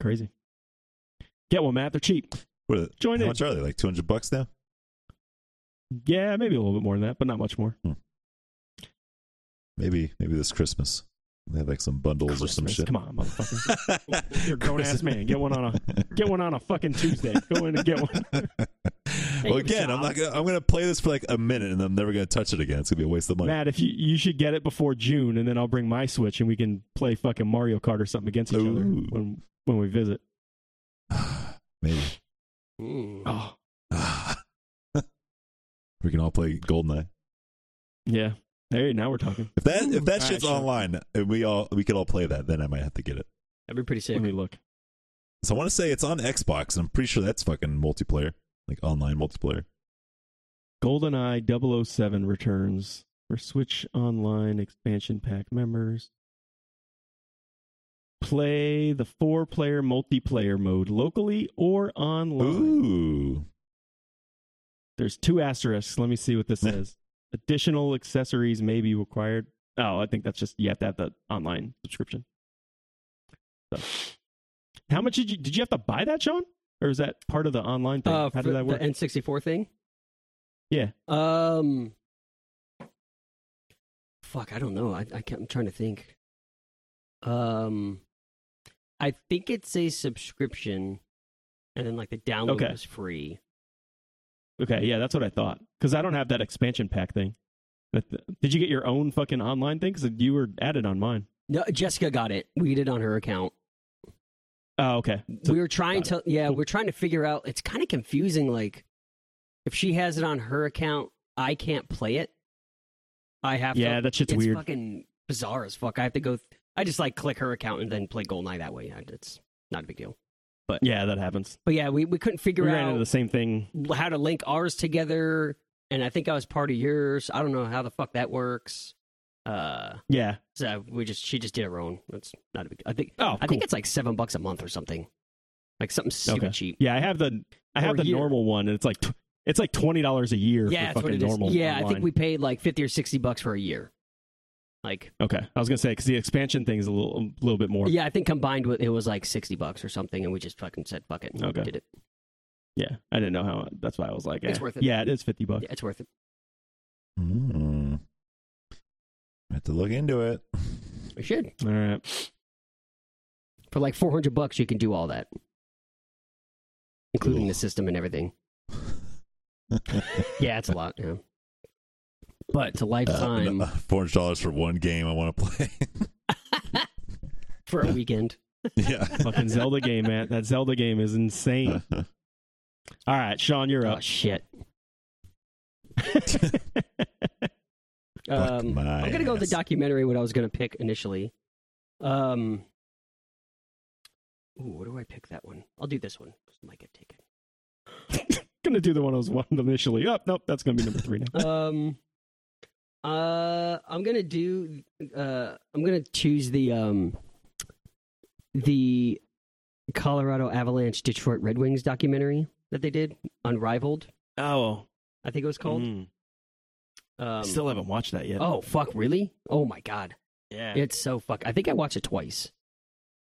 Crazy. Get one, Matt. They're cheap.
What are they,
Join
how
in.
much are they? Like two hundred bucks now?
Yeah, maybe a little bit more than that, but not much more.
Maybe maybe this Christmas. They had like some bundles or some
Christmas.
shit.
Come on, motherfucker. You're a grown ass man. Get one on a get one on a fucking Tuesday. Go in and get one.
well, again, I'm not gonna. I'm gonna play this for like a minute, and I'm never gonna touch it again. It's gonna be a waste of money.
Matt, if you you should get it before June, and then I'll bring my Switch, and we can play fucking Mario Kart or something against each other
Ooh.
when when we visit.
Maybe
Mm.
Oh
we can all play Goldeneye.
yeah. Hey, now we're talking.
If that if that
Ooh,
shit's
alright, sure.
online, and we all we could all play that, then I might have to get it.
That'd be pretty sick.
Let me look.
So I want to say it's on Xbox, and I'm pretty sure that's fucking multiplayer, like online multiplayer.
GoldenEye 007 returns for Switch Online expansion pack members. Play the four player multiplayer mode locally or online.
Ooh,
There's two asterisks. Let me see what this says. Additional accessories may be required. Oh, I think that's just you have to have the online subscription. So. How much did you did you have to buy that, Sean? Or is that part of the online thing?
Uh,
How
for
did that work?
The N64 thing?
Yeah.
Um. Fuck, I don't know. I, I can't, I'm trying to think. Um, I think it's a subscription, and then like the download
Okay.
is free.
Okay, yeah, that's what I thought. Because I don't have that expansion pack thing. But th- Did you get your own fucking online thing? Because you were added on mine.
No, Jessica got it. We did on her account.
Oh, okay. So-
we were trying
got
to, yeah,
Cool.
we're trying to figure out. It's kind of confusing. Like, if she has it on her account, I can't play it. I have to
yeah, that shit's
it's
weird.
fucking bizarre as fuck. I have to go. Th- I just like click her account and then play Goldeneye that way. I- It's not a big deal.
yeah, that happens.
But yeah, we, we couldn't
We
figure
ran into
out
the same thing.
how to link ours together, and I think I was part of yours. I don't know how the fuck that works. Uh,
Yeah.
so we just she just did her own. That's not a big. I think
Oh,
I
cool.
think it's like seven bucks a month or something, like something stupid
Okay.
cheap.
yeah, I have the I have
Or
the
year.
normal one, and it's like tw- it's like twenty dollars a year
Yeah,
for
that's what
fucking
it is.
normal.
Yeah, I
online.
think we paid like fifty or sixty bucks for a year. Like,
Okay, I was gonna say because the expansion thing is a little a little bit more.
yeah, I think combined with it was like sixty bucks or something, and we just fucking said fuck it and
Okay.
did it.
Yeah, I didn't know how. That's why I was like,
It's
eh.
worth it.
Yeah, it is fifty bucks.
Yeah, it's worth it.
mm. I have to look into it.
We should.
All right.
For like 400 bucks, you can do all that, including
Ooh.
the system and everything. Yeah, it's a lot. Yeah. But it's a
Uh,
lifetime
Four hundred dollars for one game I want to play.
for a weekend.
yeah.
fucking Zelda game, man. That Zelda game is
Um,
insane. All right, Sean, you're
Uh.
Oh,
up.
shit.
Fuck
Um,
my
I'm going to go with the
ass.
documentary, what I was going to pick initially. Um, ooh, what do I pick that one? I'll do this one. This might get taken.
gonna do the one I was wanting initially. Oh, nope, that's gonna be number three now.
um uh i'm gonna do uh i'm gonna choose the um the colorado avalanche detroit red wings documentary that they did unrivaled
Oh, Mm.
i think it was called um,
haven't watched that yet.
oh fuck really oh my god
yeah.
it's so fuck i think i watched it twice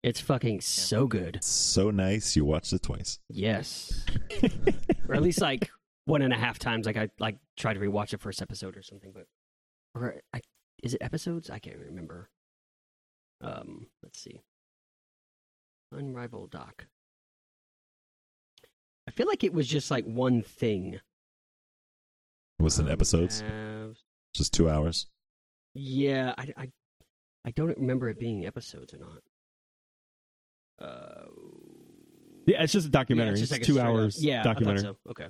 it's fucking so good
so nice. You watched it twice.
yes or at least like one and a half times like i like tried to rewatch the first episode or something but or I, is it episodes i can't remember um let's see unrivaled doc i feel like it was just like one thing
Was it
Um,
episodes?
uh,
Just two hours.
yeah I, I i don't remember it being episodes or not uh
yeah, it's just a documentary.
Yeah,
it's
just like a
two
straight up-
hours.
yeah, I thought
documentary.
so. Okay.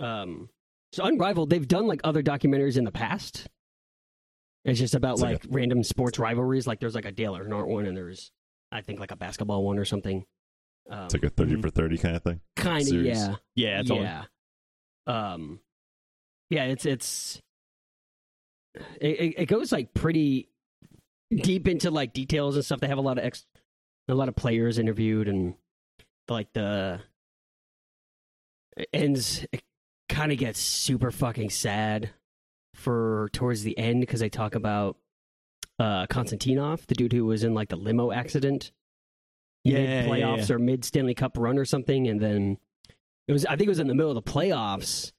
Um, so Unrivaled, they've done like other documentaries in the past. It's just about
It's like
like random sports rivalries. Like there's like a Dale Earnhardt one, and there's I think like a basketball one or something. Um,
It's like a 30 for 30 kind of thing.
kind of
series.
yeah,
Yeah, it's all
yeah. Um, yeah, it's it's it- it, it goes like pretty deep into like details and stuff. They have a lot of ex, a lot of players interviewed and like the it ends. It kind of gets super fucking sad for towards the end because they talk about uh Konstantinov, the dude who was in like the limo accident.
Yeah,
mid
yeah, yeah,
playoffs or mid Stanley Cup run or something, and then it was I think it was in the middle of the playoffs,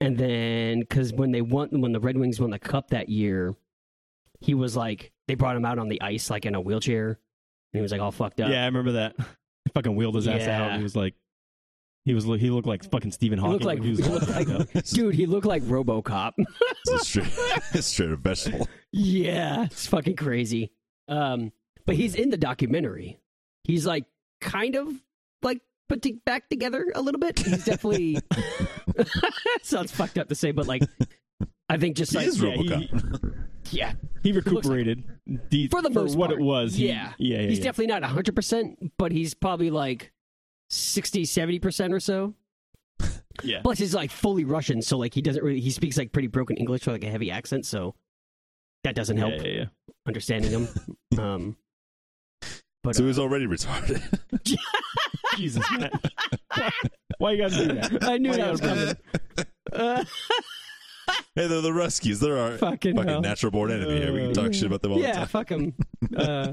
and then because when they won when the Red Wings won the cup that year, he was like they brought him out on the ice like in a wheelchair, and he was like all fucked up.
Yeah, I remember that. He fucking wheeled his ass out.
Yeah.
And he was like, he was he looked like fucking Stephen Hawking.
looked like-
was
he looked like- dude, he looked like RoboCop.
It's a straight, it's straight up vegetable.
yeah, it's fucking crazy. Um,
Oh,
but he's in the documentary. He's like kind of like put to- back together a little bit. He's definitely sounds fucked up to say, but like I think just
He
like
is
yeah, he-
Robocop.
yeah,
he recuperated de-
For the
for
most
what
part.
it was. He-
Yeah.
yeah, yeah.
he's
yeah.
definitely not 100%, but he's probably like 60, 70% or so.
Yeah.
Plus, he's like fully Russian, so like he doesn't really, he speaks like pretty broken English or like a heavy accent, so that doesn't help
Yeah, yeah, yeah.
understanding him. um, but
So
uh,
he's already retarded.
Jesus, man. why, why you gotta do that?
I knew
Why
that
you
was
gotta-
coming. Uh,
Hey, they're the Ruskies. They're our
fucking
fucking
hell.
natural born enemy here. We can talk shit about them all the time.
yeah, fuck him. Uh,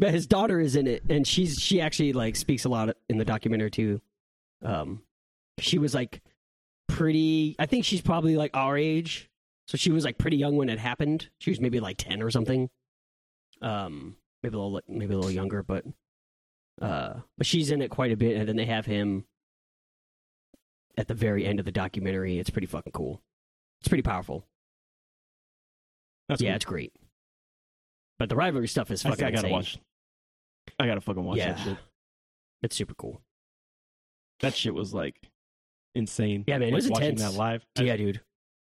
but his daughter is in it, and she's she actually like speaks a lot in the documentary too. Um, she was like pretty. I think she's probably like our age, so she was like pretty young when it happened. She was maybe like ten or something. Um, maybe a little maybe a little younger, but uh, but she's in it quite a bit, and then they have him at the very end of the documentary. It's pretty fucking cool. It's pretty powerful.
That's
yeah,
cool.
it's great. But the rivalry stuff is
I,
fucking.
I gotta
insane.
watch. I gotta fucking watch that
Yeah.
shit.
It's super cool.
That shit was like insane.
Yeah, man, it
like,
was
watching
intense.
that live. I,
Yeah, dude.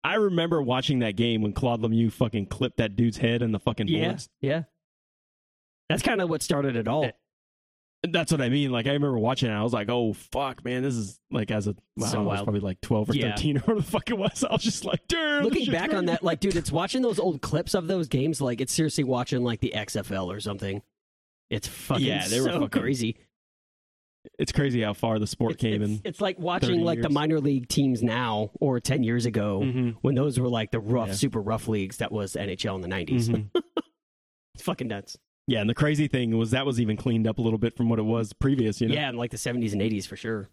I remember watching that game when Claude Lemieux fucking clipped that dude's head in the fucking
Yeah.
boards.
Yeah. That's kind of what started it all.
Yeah. That's what I mean. Like I remember watching it. I was like, "Oh fuck, man, this is like as a well, I
So
don't know, I was
wild.
probably like twelve or
Yeah.
thirteen or whatever the fuck it was." I was just like, "Damn!" this
Looking
shit's
back on
crazy."
that, like, dude, it's watching those old clips of those games. Like, it's seriously watching like the XFL or something. It's fucking
Yeah, they were
so
fucking-
crazy.
it's crazy how far the sport
It's,
came
it's,
in.
it's like
30
watching like the
years.
minor league teams now or ten years ago
Mhm,
when those were like the rough,
Yeah.
super rough leagues that was NHL in the 90s
mhm.
It's fucking nuts.
yeah, and the crazy thing was that was even cleaned up a little bit from what it was previous. You know,
Yeah, in like the seventies and eighties for sure.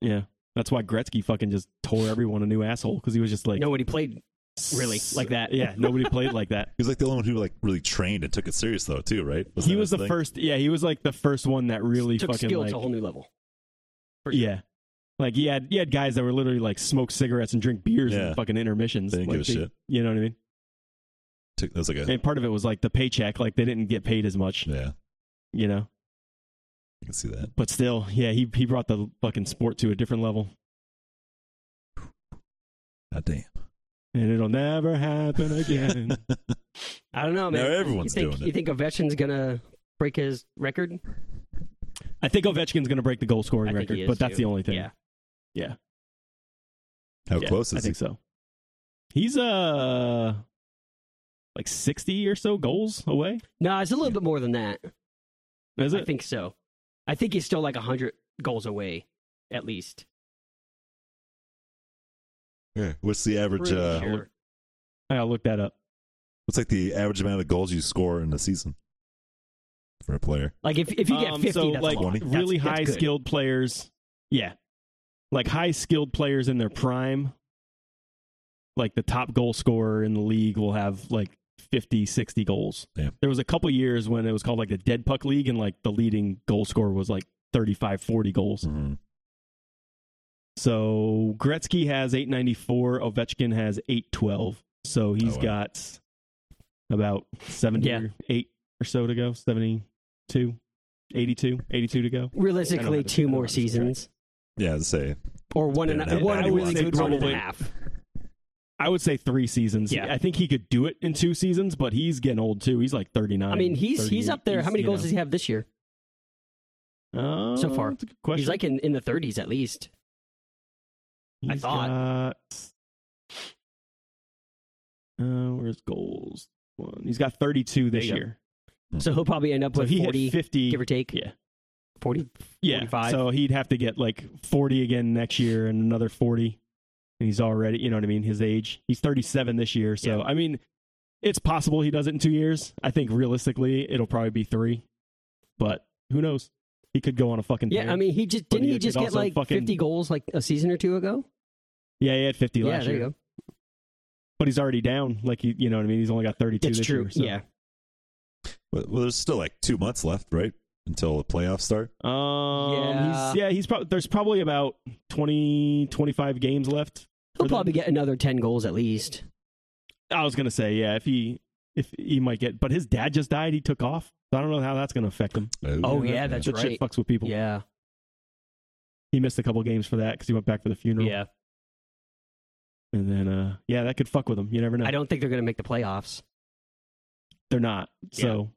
Yeah. That's why Gretzky fucking just tore everyone a new asshole because he was just like
Nobody played really
s-
like that.
Yeah, nobody played like that.
He was like the only one who like really trained and took it serious though too, right? Wasn't
he
that
was the
his thing?
first. Yeah, he was like the first one that really
took
fucking
skill
like
to a whole new level. for sure.
yeah. Like he had he had guys that were literally like smoke cigarettes and drink beers
Yeah.
in fucking intermissions.
They didn't
Like,
give a shit.
You know what I mean?
Took, that was like a
And part of it was like the paycheck, like they didn't get paid as much,
yeah.
you know.
I can see that.
But still, yeah, he he brought the fucking sport to a different level.
God Ah, damn.
And it'll never happen again.
I don't know, man.
Now everyone's
you think,
doing
You
it.
think Ovechkin's gonna break his record?
I think Ovechkin's going to break the goal
I
scoring
think
record,
he is,
but that's
too.
the only thing.
Yeah,
How
Yeah,
close
I
is he?
think so. He's uh like sixty or so goals away.
no, it's a little bit more than that.
Is
I
it?
think so. I think he's still like hundred goals away, at least.
Yeah. What's the average?
Pretty
Uh,
sure.
I gotta look that up.
What's like the average amount of goals you score in a season for a player?
Like if if you get
Um,
fifty,
so
that's
like
a lot. That's-
really
that's
high
good.
skilled players. Yeah, like high skilled players in their prime. Like the top goal scorer in the league will have like 50, 60 goals.
Yeah.
There was a couple years when it was called like the dead puck league, and like the leading goal scorer was like 35, 40 goals.
Mm-hmm.
So Gretzky has 894, Ovechkin has 812. So he's
Oh, wow.
got about 78 or so to go, 72, 82, 82 to go. I don't
Realistically,
have to- I
two
don't
more
have to track.
seasons,
Yeah, I'd say
or one and
Yeah,
a,
no,
one
I
a really
would say
good one and a
probably-
half.
I would say 3 seasons.
Yeah.
I think he could do it in 2 seasons, but he's getting old too. He's like 39.
I mean, he's he's up there. How many goals does he have this year? so far?
Oh, That's a good question.
He's like in, in the thirties at least. I
He's
thought.
got- uh, where's goals? One. He's got 32 this
There you go.
year.
So he'll probably end up
So
with
he
forty,
hit 50
give or take.
Yeah.
forty.
Yeah.
45.
So he'd have to get like 40 again next year and another 40. And he's already, you know what I mean, his age. He's 37 this year. So,
Yeah.
I mean, it's possible he does it in two years. I think realistically, it'll probably be three. But who knows? He could go on a fucking
Yeah,
tear.
I mean, he just
But
didn't
he
he just
could
get
also
like
fucking-
fifty goals like a season or two ago?
yeah, he had 50
Yeah,
last
there
year.
you go.
but he's already down. Like you, you know what I mean. He's only got 32
It's
this
true.
year. so-
Yeah.
Well, well, there's still like two months left, right? Until the playoffs start.
Um,
Yeah.
He's, yeah. He's probably there's probably about 20, 25 games left. for
He'll
them.
probably get another 10 goals at least.
I was gonna say yeah. If he if he might get, but his dad just died. He took off. So I don't know how that's gonna affect him.
Oh, yeah,
that-
that's
that
right.
shit fucks with people.
Yeah.
He missed a couple games for that because he went back for the funeral.
Yeah.
And then uh, yeah, that could fuck with him. You never know.
I don't think they're going to make the playoffs.
They're not. So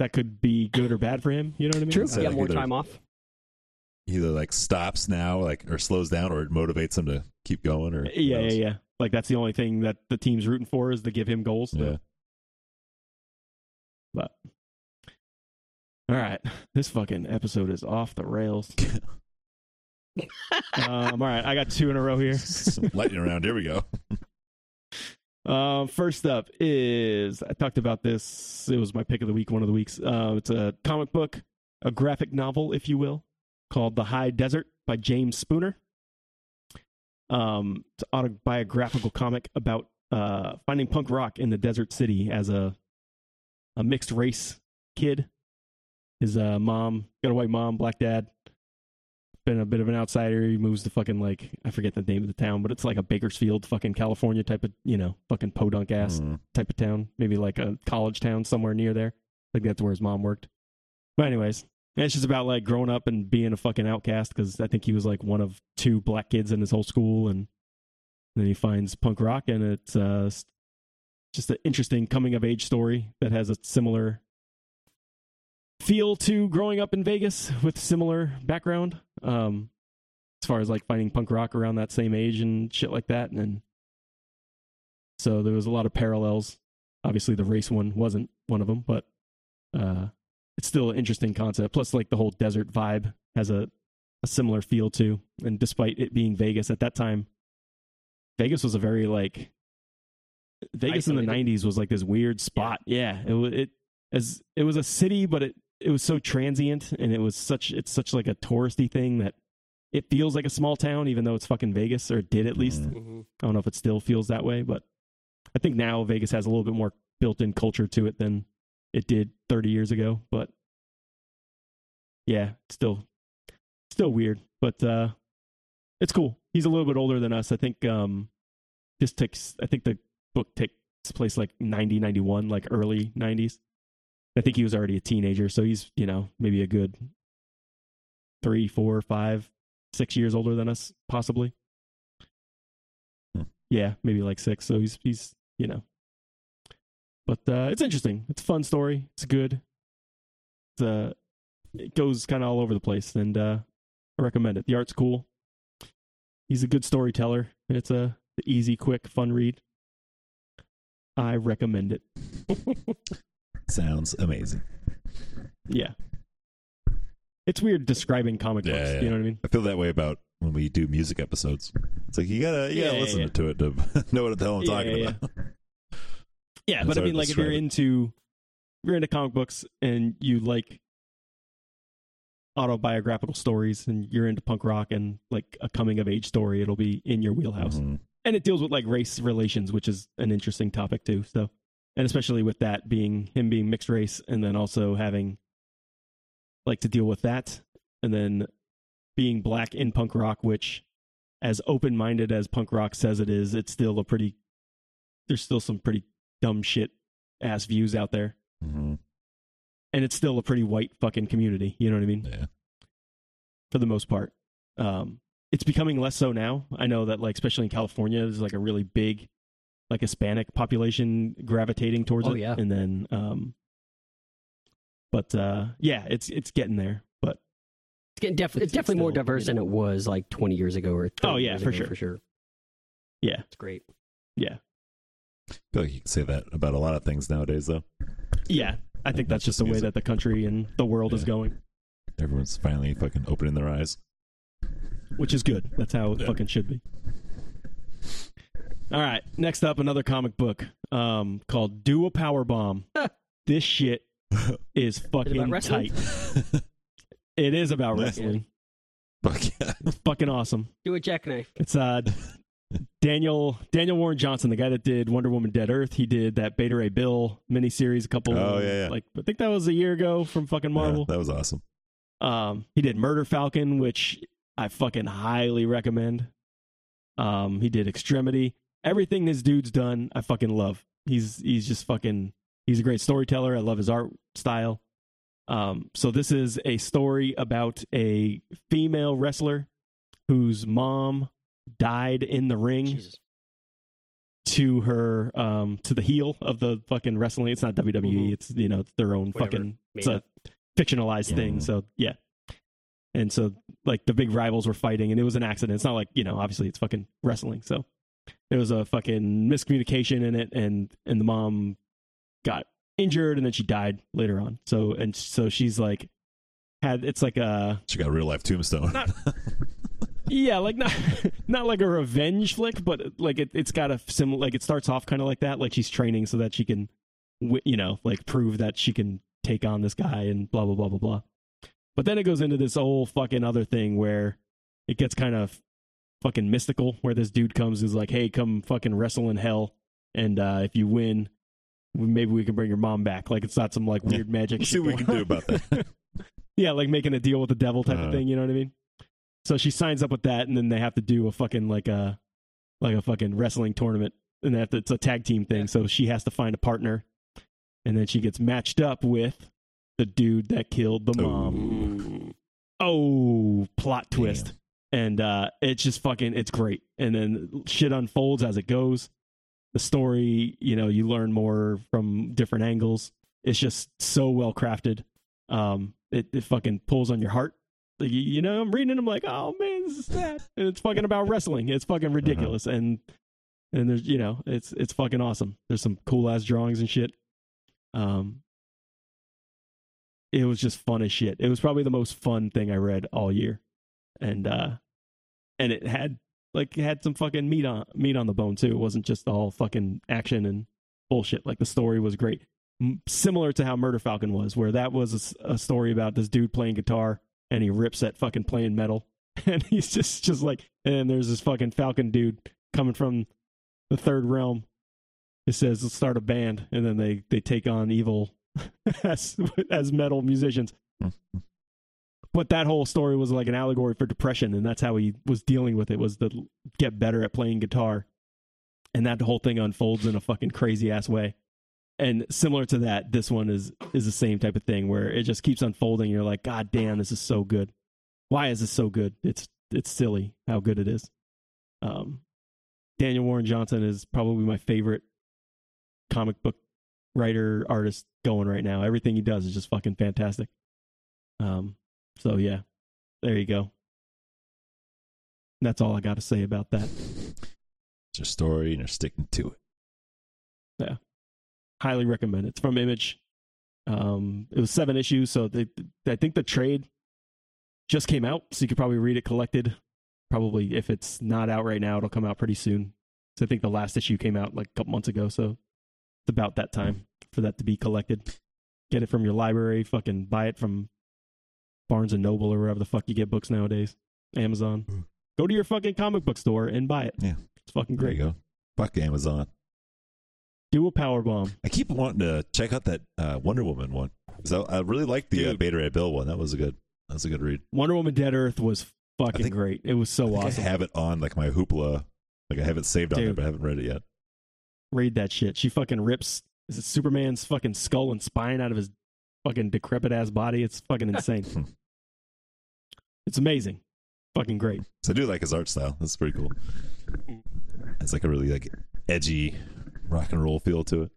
that could be good or bad for him. You know what I mean?
True.
So
yeah,
like
more
there's-
time off.
Either like stops now, like or slows down, or it motivates him to keep going, or who
Yeah, yeah,
knows?
yeah. Like that's the only thing that the team's rooting for is to give him goals.
yeah.
But all right, this fucking episode is off the rails. um, all right, I got two in a row here.
Lightning round. Here we go.
Um, first up is I talked about this. It was my pick of the week, one of the weeks. Uh, it's a comic book, a graphic novel, if you will, called The High Desert by James Spooner. Um, it's an autobiographical comic about uh, finding punk rock in the desert city as a a mixed race kid. His uh, mom got a white mom, black dad. Been a bit of an outsider. He moves to fucking like I forget the name of the town, but it's like a Bakersfield, fucking California type of you know fucking podunk ass
Mm.
type of town, maybe like a college town somewhere near there. I think that's where his mom worked. But anyways, and it's just about like growing up and being a fucking outcast because I think he was like one of two black kids in his whole school, and then he finds punk rock, and it's uh, s- just an interesting coming of age story that has a similar feel to growing up in Vegas with similar background. Um, as far as like finding punk rock around that same age and shit like that, and then so there was a lot of parallels. Obviously, the race one wasn't one of them, but uh, it's still an interesting concept. Plus, like the whole desert vibe has a, a similar feel too. And despite it being Vegas at that time, Vegas was a very like Vegas in the
Isolated.
'90s was like this weird spot. Yeah, it wa- it as it was a city, but it it was so transient and it was such it's such like a touristy thing that it feels like a small town, even though it's fucking Vegas or it did at least.
Mm.
I don't know if it still feels that way, but I think now Vegas has a little bit more built-in culture to it than it did 30 years ago. But yeah, it's still still weird, but uh, it's cool. He's a little bit older than us. I think um, this takes. I think the book takes place like 90, 91, like early 90s. I think he was already a teenager, so he's you know maybe a good three, four, five, six years older than us, possibly yeah, maybe like six. So he's he's you know, but uh, it's interesting. It's a fun story. It's good. It's, uh, it goes kind of all over the place, and uh, I recommend it. The art's cool. He's a good storyteller. and It's a easy, quick, fun read. I recommend it.
Sounds amazing.
Yeah, it's weird describing comic
Yeah,
books.
yeah.
You know what I mean?
I feel that way about when we do music episodes. It's like you gotta, you gotta
Yeah,
listen
yeah.
to it to know what the hell I'm
Yeah,
talking
yeah,
about.
Yeah,
That's
but I
how I
mean, like, if
describe
you're
it.
into if you're into comic books and you like autobiographical stories, and you're into punk rock and like a coming of age story, it'll be in your wheelhouse.
Mhm.
And it deals with like race relations, which is an interesting topic too. So, and especially with that being him being mixed race, and then also having like to deal with that, and then being black in punk rock, which as open minded as punk rock says it is, it's still a pretty there's still some pretty dumb shit ass views out there.
Mhm.
And it's still a pretty white fucking community. You know what I mean?
Yeah.
For the most part. Um, it's becoming less so now. I know that, like, especially in California, there's like a really big, like, Hispanic population gravitating towards
Oh,
it.
yeah.
And then, um, but uh, yeah, it's it's getting there. But
It's, getting def- it's,
It's- it's
definitely more
still, you
diverse than
know.
it was like 20 years ago or 30
Oh, yeah,
years
for
ago,
sure.
For sure.
Yeah.
It's great.
I feel like you can say that about a lot of things nowadays, though.
yeah, I think that's just
Just
the way
music.
that the country and the world is
Yeah.
going.
Everyone's finally fucking opening their eyes.
which is good. That's how it
Yeah.
fucking should be. All right, next up, another comic book um, called "Do a Power Bomb." this shit is fucking
wrestling?
tight. It is about
Yeah.
wrestling.
Fuck yeah.
It's fucking awesome.
Do a jackknife.
It's uh, Daniel Daniel Warren Johnson, the guy that did Wonder Woman Dead Earth, he did that Beta Ray Bill miniseries a couple
Oh, yeah, yeah.
like I think that was a year ago from fucking Marvel.
that was awesome.
Um, he did Murder Falcon, which I fucking highly recommend. Um, he did Extremity. Everything this dude's done, I fucking love. He's he's just fucking he's a great storyteller. I love his art style. Um, so this is a story about a female wrestler whose mom died in the ring
Jesus.
to her um to the heel of the fucking wrestling. It's not WWE.
Mhm.
It's you know it's their own
Whatever.
fucking
Made
it's a
up.
fictionalized
Yeah.
thing. So yeah, and so like the big rivals were fighting, and it was an accident. It's not like you know obviously it's fucking wrestling. So there was a fucking miscommunication in it, and and the mom got injured, and then she died later on. So and so she's like had it's like a
She got a real life tombstone.
yeah, like not not like a revenge flick, but like it, it's got a similar. Like it starts off kind of like that. Like she's training so that she can, wi- you know, like prove that she can take on this guy and blah blah blah blah blah. But then it goes into this whole fucking other thing where it gets kind of fucking mystical. Where this dude comes is like, "Hey, come fucking wrestle in hell, and uh, if you win, maybe we can bring your mom back." Like it's not some like weird magic.
Let's see
shit
what we
going
can do
on.
about that.
Yeah, like making a deal with the devil type
Uh.
of thing. You know what I mean? So she signs up with that, and then they have to do a fucking like a like a fucking wrestling tournament, and they have to, it's a tag team thing.
Yeah.
So she has to find a partner, and then she gets matched up with the dude that killed the
Oh.
mom.
Mm.
Oh, plot twist! And uh, it's just fucking it's great. And then shit unfolds as it goes. The story, you know, you learn more from different angles. It's just so well crafted. Um, it, it fucking pulls on your heart. Like, you- you know, I'm reading it. I'm like, oh man, this is sad. And it's fucking about wrestling. It's fucking ridiculous. And and there's you know, it's it's fucking awesome. There's some cool ass drawings and shit. Um, it was just fun as shit. It was probably the most fun thing I read all year, and uh, and it had like it had some fucking meat on meat on the bone too. It wasn't just all fucking action and bullshit. Like the story was great m- similar to how Murder Falcon was, where that was a s- a, story about this dude playing guitar and he rips at fucking playing metal, and he's just just like, and there's this fucking Falcon dude coming from the third realm. It says let's start a band, and then they they take on evil as as metal musicians. But that whole story was like an allegory for depression, and that's how he was dealing with it. Was to get better at playing guitar, and that whole thing unfolds in a fucking crazy ass way and similar to that this one is is the same type of thing where it just keeps unfolding you're like god damn this is so good why is this so good it's it's silly how good it is um daniel warren johnson is probably my favorite comic book writer artist going right now everything he does is just fucking fantastic um so yeah there you go that's all i got to say about that
It's your story, and you're sticking to it.
highly recommend it. It's from Image. Um, it was seven issues, so they, I think the trade just came out, so you could probably read it collected. Probably if it's not out right now, it'll come out pretty soon. So I think the last issue came out like a couple months ago, so it's about that time for that to be collected. Get it from your library, fucking buy it from Barnes and Noble or wherever the fuck you get books nowadays. Amazon. Go to your fucking comic book store and buy it.
Mm. Yeah.
It's fucking
There you
great.
go. Fuck Amazon.
Do a power bomb.
I keep wanting to check out that uh, Wonder Woman one. 'Cause I, I really liked the uh,
Dude.
Beta Ray Bill one. That was a good. That was a good read.
Wonder Woman Dead Earth was fucking
think-
great. It was so
I think
Oh, awesome.
I have it on like my Hoopla. Like I have it saved on there,
Dude.
but I haven't read it yet.
Read that shit. She fucking rips is it Superman's fucking skull and spine out of his fucking decrepit ass body. It's fucking insane.
Hmm.
it's amazing. Fucking great.
So I do like his art style. That's pretty cool. It's like a really like edgy rock and roll feel to it.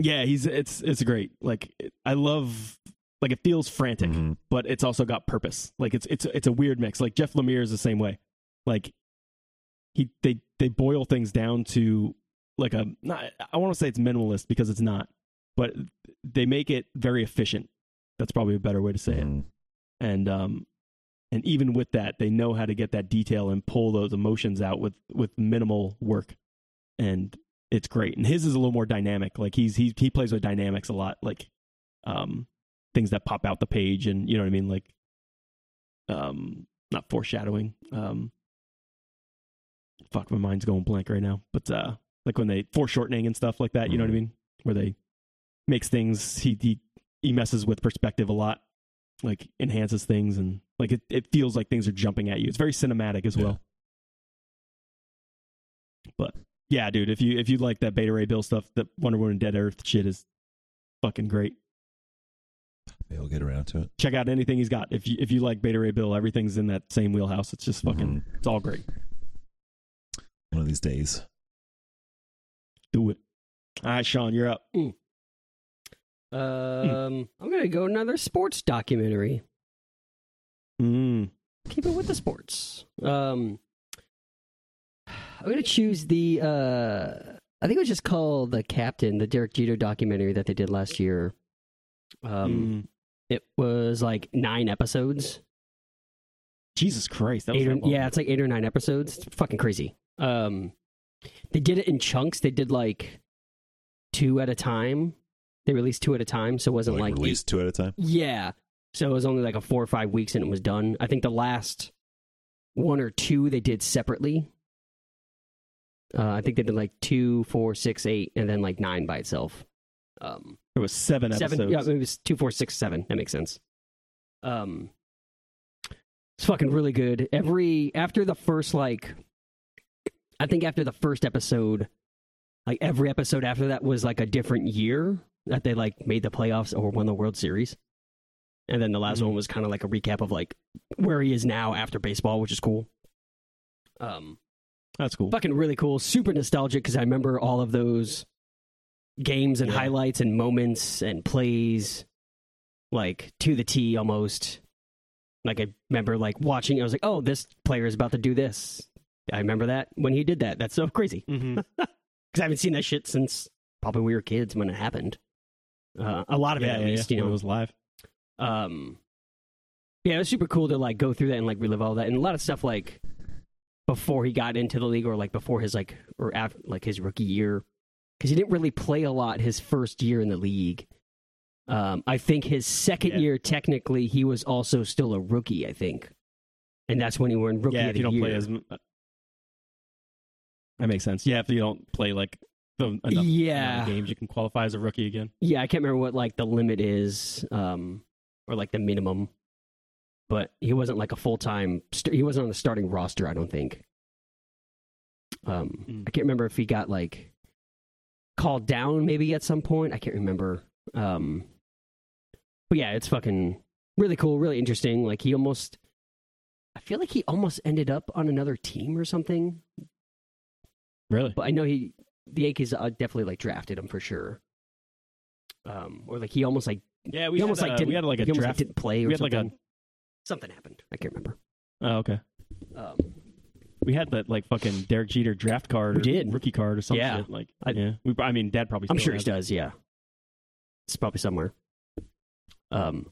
Yeah, he's it's it's great. Like it- I love like it feels frantic,
Mhm.
but it's also got purpose. Like it's it's it's a weird mix. Like Jeff Lemire is the same way. Like he they they boil things down to like a not I want to say it's minimalist because it's not, but they make it very efficient. That's probably a better way to say it.
Mhm.
And um and even with that, they know how to get that detail and pull those emotions out with with minimal work. And it's great. And his is a little more dynamic. Like he's he he plays with dynamics a lot. Like um things that pop out the page and you know what I mean like um not foreshadowing um fuck, my mind's going blank right now. But uh, like when they foreshortening and stuff like that, you know what I mean? Where they makes things he he he messes with perspective a lot, like enhances things and like it, it feels like things are jumping at you. It's very cinematic as
Yeah.
well. But yeah, dude, if you if you like that Beta Ray Bill stuff, that Wonder Woman Dead Earth shit is fucking great.
Maybe we'll get around to it.
Check out anything he's got. If you if you like Beta Ray Bill, everything's in that same wheelhouse. It's just fucking
Mhm.
it's all great.
one of these days.
Do it. All right, Sean, you're up.
Um, I'm gonna go another sports documentary.
Mm.
Keep it with the sports. Um, I'm gonna choose the. Uh, I think it was just called the Captain, the Derek Jeter documentary that they did last year. Um,
Mm.
it was like nine episodes.
Jesus Christ, that was
eight or,
that long.
yeah, it's like eight or nine episodes. It's fucking crazy. Um, they did it in chunks. They did like two at a time. They released two at a time, so it wasn't
Like,
like, eight-
release two at a time.
yeah, so it was only like a four or five weeks, and it was done. I think the last one or two they did separately. Uh, I think they did like two, four, six, eight, and then like nine by itself. Um,
It was seven episodes.
seven. Yeah, it was two, four, six, seven. That makes sense. Um, it's fucking really good. Every after the first like, I think after the first episode, like every episode after that was like a different year that they like made the playoffs or won the World Series, and then the last
Mhm.
one was kind of like a recap of like where he is now after baseball, which is cool. Um,
That's cool.
fucking really cool, super nostalgic because I remember all of those games and
Yeah.
highlights and moments and plays, like to the T almost. Like I remember like watching, I was like, oh, this player is about to do this. I remember that when he did that. That's so crazy
Mhm.
because I haven't seen that shit since probably we were kids when it happened. Uh, a lot of it,
yeah,
at
yeah,
least,
yeah.
you
When
know
it was live.
um yeah it was super cool to like go through that and like relive all that and a lot of stuff like before he got into the league or like before his like or after like his rookie year because he didn't really play a lot his first year in the league um i think his second
Yeah.
year technically he was also still a rookie i think and that's when he won rookie
yeah,
of
if
the
you don't
year
play as m- uh, that makes sense. Yeah, if you don't play like the enough amount of
Yeah.
games, you can qualify as a rookie again.
yeah i can't remember what like the limit is um or like the minimum but he wasn't like a full-time st- he wasn't on the starting roster i don't think um
Mm.
i can't remember if he got like called down maybe at some point i can't remember um but yeah it's fucking really cool really interesting like he almost i feel like he almost ended up on another team or something
Really?
but I know he the Yankees uh, definitely like drafted him for sure. Um, or like he almost like
Yeah, we
he
had,
almost
uh,
like didn't
we had like a
he almost,
draft.
didn't play or
we had like
something.
a-
something happened. I can't remember.
oh, okay.
Um,
We had that like fucking Derek Jeter draft card.
We
or
did.
rookie card or something.
Yeah.
Like
I-
yeah, we, I mean, Dad probably.
I'm
still
sure he
has it.
does. Yeah, it's probably somewhere. Um,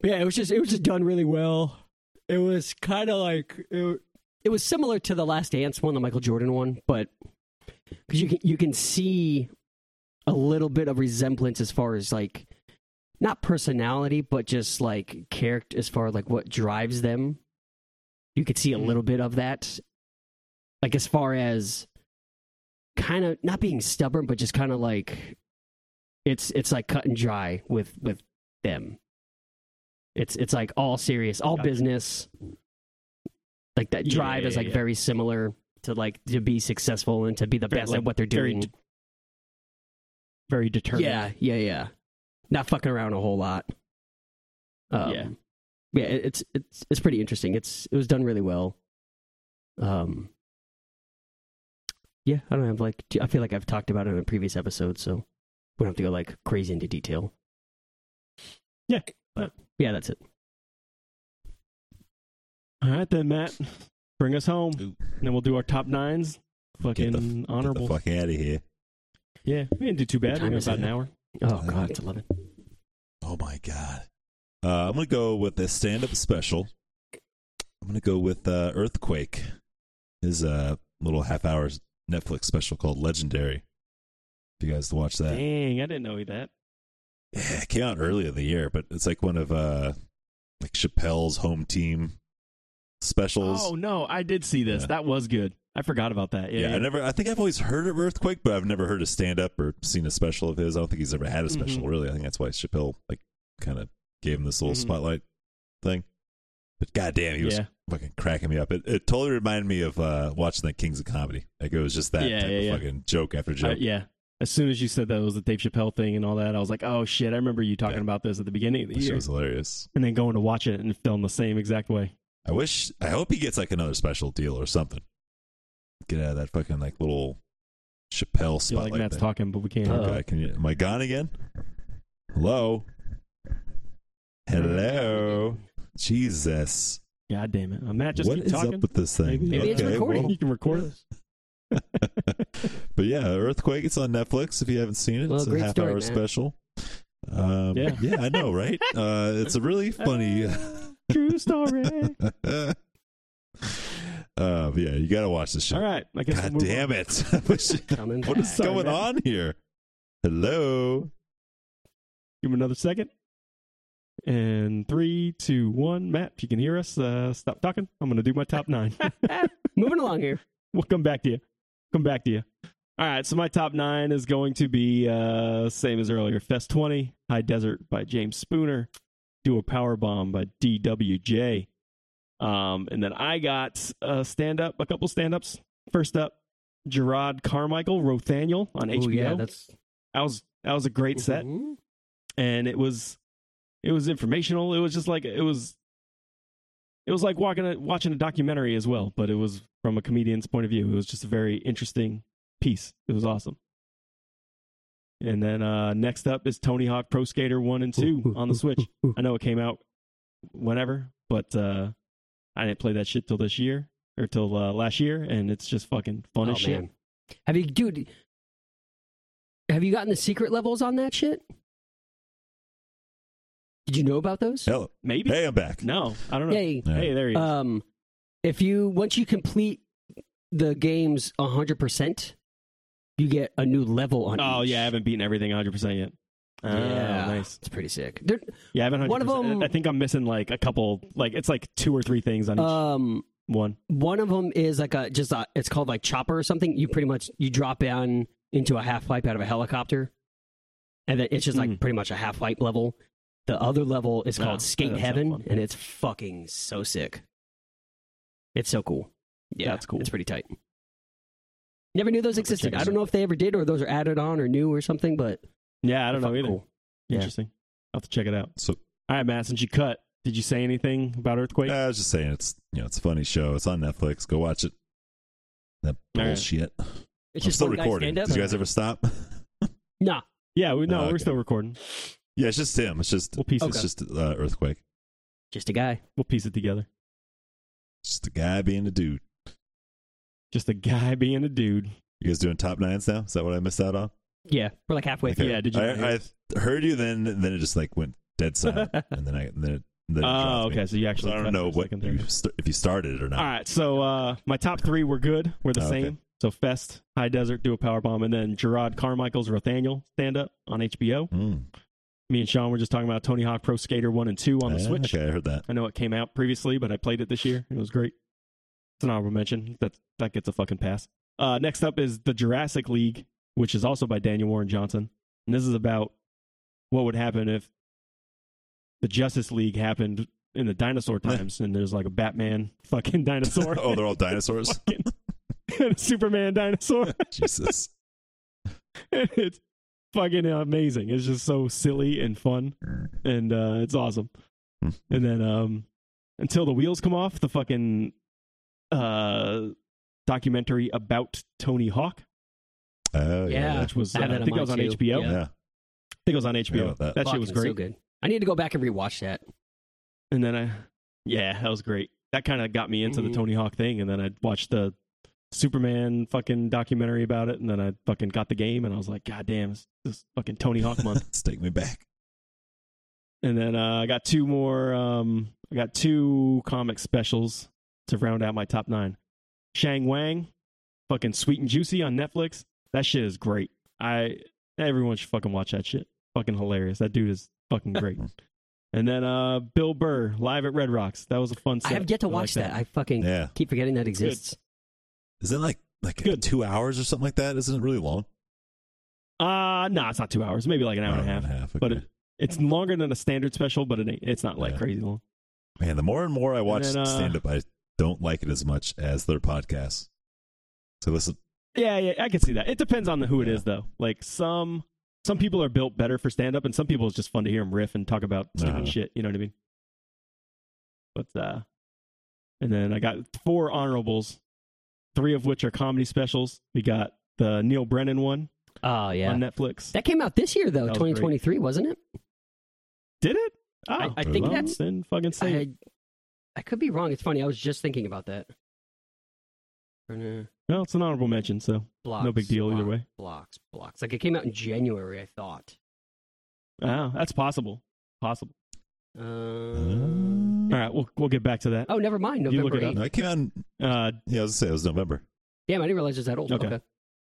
but yeah, it was just it was just done really well. It was kind of like it, it was similar to the Last Dance one, the Michael Jordan one, but because you can you can see a little bit of resemblance as far as like not personality, but just like character as far as like what drives them. You could see a
Mhm.
little bit of that, like as far as kind of not being stubborn, but just kind of like it's it's like cut and dry with with them. It's it's like all serious, all
Gotcha.
business. Like that
Yeah,
drive is
yeah,
like
yeah.
very similar to like to be successful and to be the
Very,
best
like,
at what they're
very
doing.
d- Very determined.
Yeah, yeah, yeah. Not fucking around a whole lot. Um,
Yeah.
yeah. it- It's it's it's pretty interesting. It's it was done really well. Um. Yeah, I don't have like. I feel like I've talked about it in a previous episode, so we don't have to go like crazy into detail.
Yeah.
but yeah, that's it.
All right then, Matt, bring us home,
Ooh.
and then we'll do our top nines. Fucking
Get the, get the
honorable.
fuck out of here.
Yeah, we didn't do too bad.
time
We were
is
about
it?
an hour.
Oh god, it's eleven.
Oh my god. Uh, I'm gonna go with a stand-up special. I'm gonna go with uh, Earthquake. His uh, little half hours Netflix special called Legendary. If you guys watch that,
Dang, I didn't know that.
yeah, it came out earlier in the year, but it's like one of uh, like Chappelle's home team specials.
Oh no, I did see this.
Yeah.
That was good. I forgot about that. Yeah,
Yeah,
yeah.
I never. I think I've always heard of Earthquake, but I've never heard a stand up or seen a special of his. I don't think he's ever had a
Mm-hmm.
special. Really, I think that's why Chappelle like kind of gave him this little
Mhm.
spotlight thing. But goddamn, he was
Yeah.
fucking cracking me up. It, it totally reminded me of uh, watching the Kings of Comedy. Like it was just that
Yeah,
type
yeah,
of
yeah.
fucking joke after
I-
joke.
yeah. As soon as you said that it was the Dave Chappelle thing and all that, I was like, oh shit, I remember you talking
Yeah.
about this at the beginning of the
That shit
year.
was hilarious.
And then going to watch it and film the same exact way.
I wish. I hope he gets like another special deal or something. Get out of that fucking like little Chappelle
I feel
spotlight.
like Matt's
thing. Uh.
talking, but we can't.
Oh.
Okay, can you? Am I gone again? Hello. Hello. Jesus.
God damn it. Uh, Matt just
what
keep
is
talking.
up with this thing?
Maybe-
Maybe it's
Okay,
recording.
well-
you can record this.
but yeah, Earthquake. It's on Netflix. If you haven't seen it,
Well,
it's a
great
half
story,
hour
Matt.
special. Um, yeah.
Yeah.
I know, right? Uh, it's a really funny.
True story.
uh, but yeah, you got to watch this shit.
All right. I guess
God
we'll move
damn it! I wish-
Coming
what is
back.
Sorry,
going
Matt.
on here? Hello.
Give him another second. And three, two, one. Matt, if you can hear us, uh, stop talking. I'm going to do my top nine.
Moving along here.
we'll come back to you. Come back to you. All right. So my top nine is going to be uh, same as earlier. Fest 20, High Desert by James Spooner, Do a Power Bomb by DWJ. Um, and then I got uh, stand up, a couple stand ups. First up, Gerard Carmichael, Rothaniel on HBO.
Oh yeah, that's
that was that was a great set
Mhm.
and it was it was informational it was just like it was it was like walking a, watching a documentary as well but it was from a comedian's point of view it was just a very interesting piece it was awesome and then uh next up is tony hawk pro skater 1 and 2 on the switch i know it came out whenever but uh i didn't play that shit till this year or till uh, last year and it's just fucking fun
Oh,
as shit
man. Have you, dude? Have you gotten the secret levels on that shit? Did you know about those?
Hello.
maybe
Hey, I'm back.
no i don't know
Hey,
hey there he is
um, if you once you complete the games hundred percent, you get a new level on.
Oh
each.
yeah, I haven't beaten everything 100 percent yet. Oh,
Yeah.
nice.
It's pretty sick. They're-
Yeah, I haven't 100%.
One of them-
I think I'm missing like a couple. Like it's like two or three things on each
um,
one.
one of them is like a just a, it's called like chopper or something. You pretty much you drop down into a half pipe out of a helicopter, and then it's just like
Mm.
pretty much a half pipe level. The other level is
Ah,
called Skate
that sounds
Heaven,
fun.
and it's fucking so sick. It's so cool. Yeah,
That's cool.
It's pretty tight. Never knew those
I'll have to
existed.
check
I
it
don't know if they ever did or those are added on or new or something, but
Yeah, I don't
they're
know
fucking
either.
cool. Yeah.
Interesting. I'll have to check it out.
So
All right, Matt. Since you cut, did you say anything about earthquake?
I was just saying it's you know it's a funny show. It's on Netflix. Go watch it. That
All right.
bullshit.
It's
I'm
just
still
one guy
recording.
stand-up
Did you
or-
guys ever stop?
Nah.
yeah, we, no,
Oh,
we're
okay.
still recording.
Yeah, it's just him. It's just
We'll piece
it's
it.
just uh, earthquake.
Just a guy.
We'll piece it together.
Just a guy being a dude.
Just a guy being a dude.
You guys doing top nines now? Is that what I missed out on?
Yeah. We're like halfway
Okay.
through.
Yeah, did you-
I, I heard you then, and then it just like went dead silent, and then I and then it, then it
Oh,
dropped me.
okay. So you
So
actually.
I don't
cut
know
for a
what
second there.
you st- if you started it or not.
All right, so uh, my top three were good. We're the
Oh, okay.
same. So Fest, High Desert, do a power bomb, and then Gerard Carmichael's Rothaniel stand up on HBO.
Mm.
Me and Sean were just talking about Tony Hawk Pro Skater one and two on the
Ah,
Switch.
Okay, I heard that.
I know it came out previously, but I played it this year. It was great. It's an honorable mention. That that gets a fucking pass. Uh, next up is the Jurassic League, which is also by Daniel Warren Johnson, and this is about what would happen if the Justice League happened in the dinosaur times, and there's like a Batman fucking dinosaur.
Oh, they're all dinosaurs.
and a Superman dinosaur.
Jesus.
it's fucking amazing. It's just so silly and fun, and uh, it's awesome.
Hmm.
and then um, until the wheels come off, the fucking uh, documentary about Tony Hawk,
Oh yeah.
which was
I
uh,
have
I
that on
think it was on
mine, too.
HBO.
Yeah.
I
Yeah.
think it was on HBO.
about that.
that shit was
Fucking
great.
So good. I need to go back and rewatch that.
and then I, yeah, that was great. That kind of got me into
Mhm.
the Tony Hawk thing, and then I watched the Superman fucking documentary about it, and then I fucking got the game, and I was like, God damn, this this is fucking Tony Hawk month.
Let's take me back.
And then uh, I got two more. Um, I got two comic specials to round out my top nine. Shang Wang, fucking sweet and juicy on Netflix. That shit is great. I everyone should fucking watch that shit. Fucking hilarious. That dude is fucking great. and then uh, Bill Burr live at Red Rocks. That was a fun. Set.
I have yet to
like
watch that. I fucking
Yeah.
keep forgetting that exists.
Is it like like
Good.
two hours or something like that? Isn't it really long?
Uh no, it's not two hours. Maybe like an hour and a half. But
okay.
it, it's longer than a standard special, but it ain't, it's not like
Yeah.
crazy long.
man, the more and more I watch
then, uh,
stand up, I don't like it as much as their podcasts. So listen,
Yeah, yeah, I can see that. It depends on the, who it is, though. Like some some people are built better for stand up, and some people it's just fun to hear them riff and talk about stupid
Uh-huh.
shit. You know what I mean? But uh, and then I got four honorables, three of which are comedy specials. We got the Neil Brennan one
Oh yeah,
on Netflix.
that came out this year though,
That was great.
2023, wasn't it?
Did it? Oh,
I- I
think
well,
that's-
then fucking say it.
I, I could be wrong. It's funny. I was just thinking about that. Brenna
no, it's an honorable mention, so
Blocks,
no big deal either
blocks,
way.
Blocks, blocks. Like it came out in January, I thought.
Oh, that's possible, possible.
uh,
Um,
Uh, All right, we'll we'll get back to that.
Uh, oh, never mind.
You look
November
it up.
8th.
no, I came out. In,
Oh.
Uh,
yeah, I was gonna say it was November.
Damn, I didn't realize it was that old.
Okay.
Okay.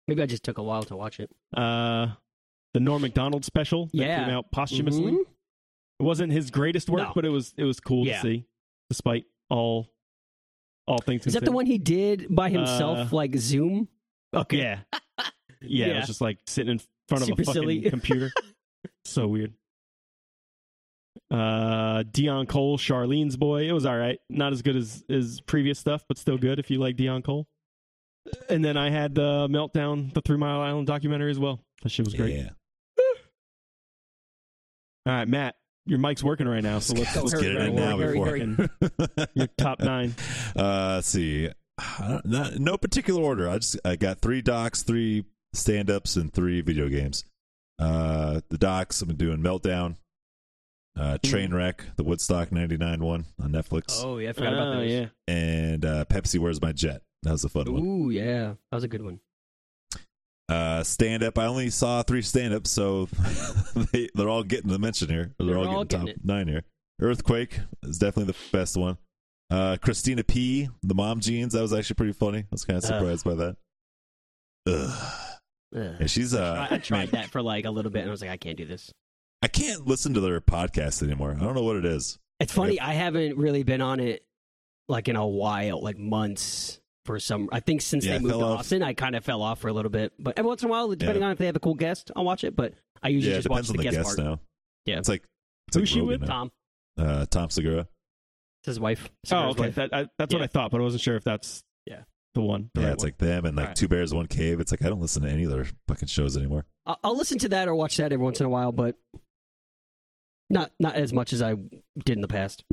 Maybe I just took a while to watch it.
uh, the Norm Macdonald special that
Yeah.
came out posthumously.
Mhm.
It wasn't his greatest work,
No.
but it was it was cool to
Yeah.
see, despite all all things.
Is that the
considered.
one he did by himself,
Uh,
like Zoom? Okay.
Yeah, yeah. It
Yeah.
was just like sitting in front of
Super
a fucking
silly.
computer. so weird. Uh, Dion Cole, Charlene's boy. It was all right. Not as good as as previous stuff, but still good if you like Dion Cole. And then I had uh, Meltdown, the Three Mile Island documentary as well. That shit was great.
Yeah,
All right, Matt, your mic's working right now, so let's,
Let's
let's
get it
grab
in
one.
now
Hurry,
before
hurry,
Your top nine.
Uh, let's see. I don't- Not, no particular order. I just I got three docs, three stand ups, and three video games. Uh, the docs I've been doing Meltdown, uh, Trainwreck, the Woodstock '99 one on Netflix,
Hmm. Oh yeah, I forgot about
Oh,
those.
yeah.
and uh, Pepsi Where's My Jet. That was a fun one.
Ooh yeah, that was a good one.
Uh, stand up. I only saw three stand ups, so they, they're all getting the mention here. They're,
They're
all,
all
getting,
getting
top nine here. Earthquake is definitely the best one. Uh, Christina P, the mom jeans. That was actually pretty funny. I was kind of
Ugh.
surprised by that. Ugh.
Ugh.
Yeah, she's uh,
I, I tried
man,
that for like a little bit, and I was like, I can't do this.
I can't listen to their podcast anymore. I don't know what it is.
It's funny. I haven't really been on it like in a while, like months for some. I think since
Yeah, I
they moved
fell
to
off.
Austin, I kind of fell off for a little bit. But every once in a while, depending on if they have a cool guest, I'll watch it. But I usually
yeah, it
just
depends
watch the,
on the
guest,
guest
part.
now.
Yeah.
it's like it's
Who's
like
she
Rogan
with?
now.
Tom,
Uh, Tom Segura.
it's his wife. It's
Oh,
his
okay.
wife.
That, I, that's what
Yeah.
I thought, but I wasn't sure if that's
Yeah.
the one. the
Yeah,
right
it's
one.
like them and like
Alright.
Two Bears One Cave. It's like I don't listen to any of their fucking shows anymore.
I'll, I'll listen to that or watch that every once in a while, but not not as much as I did in the past.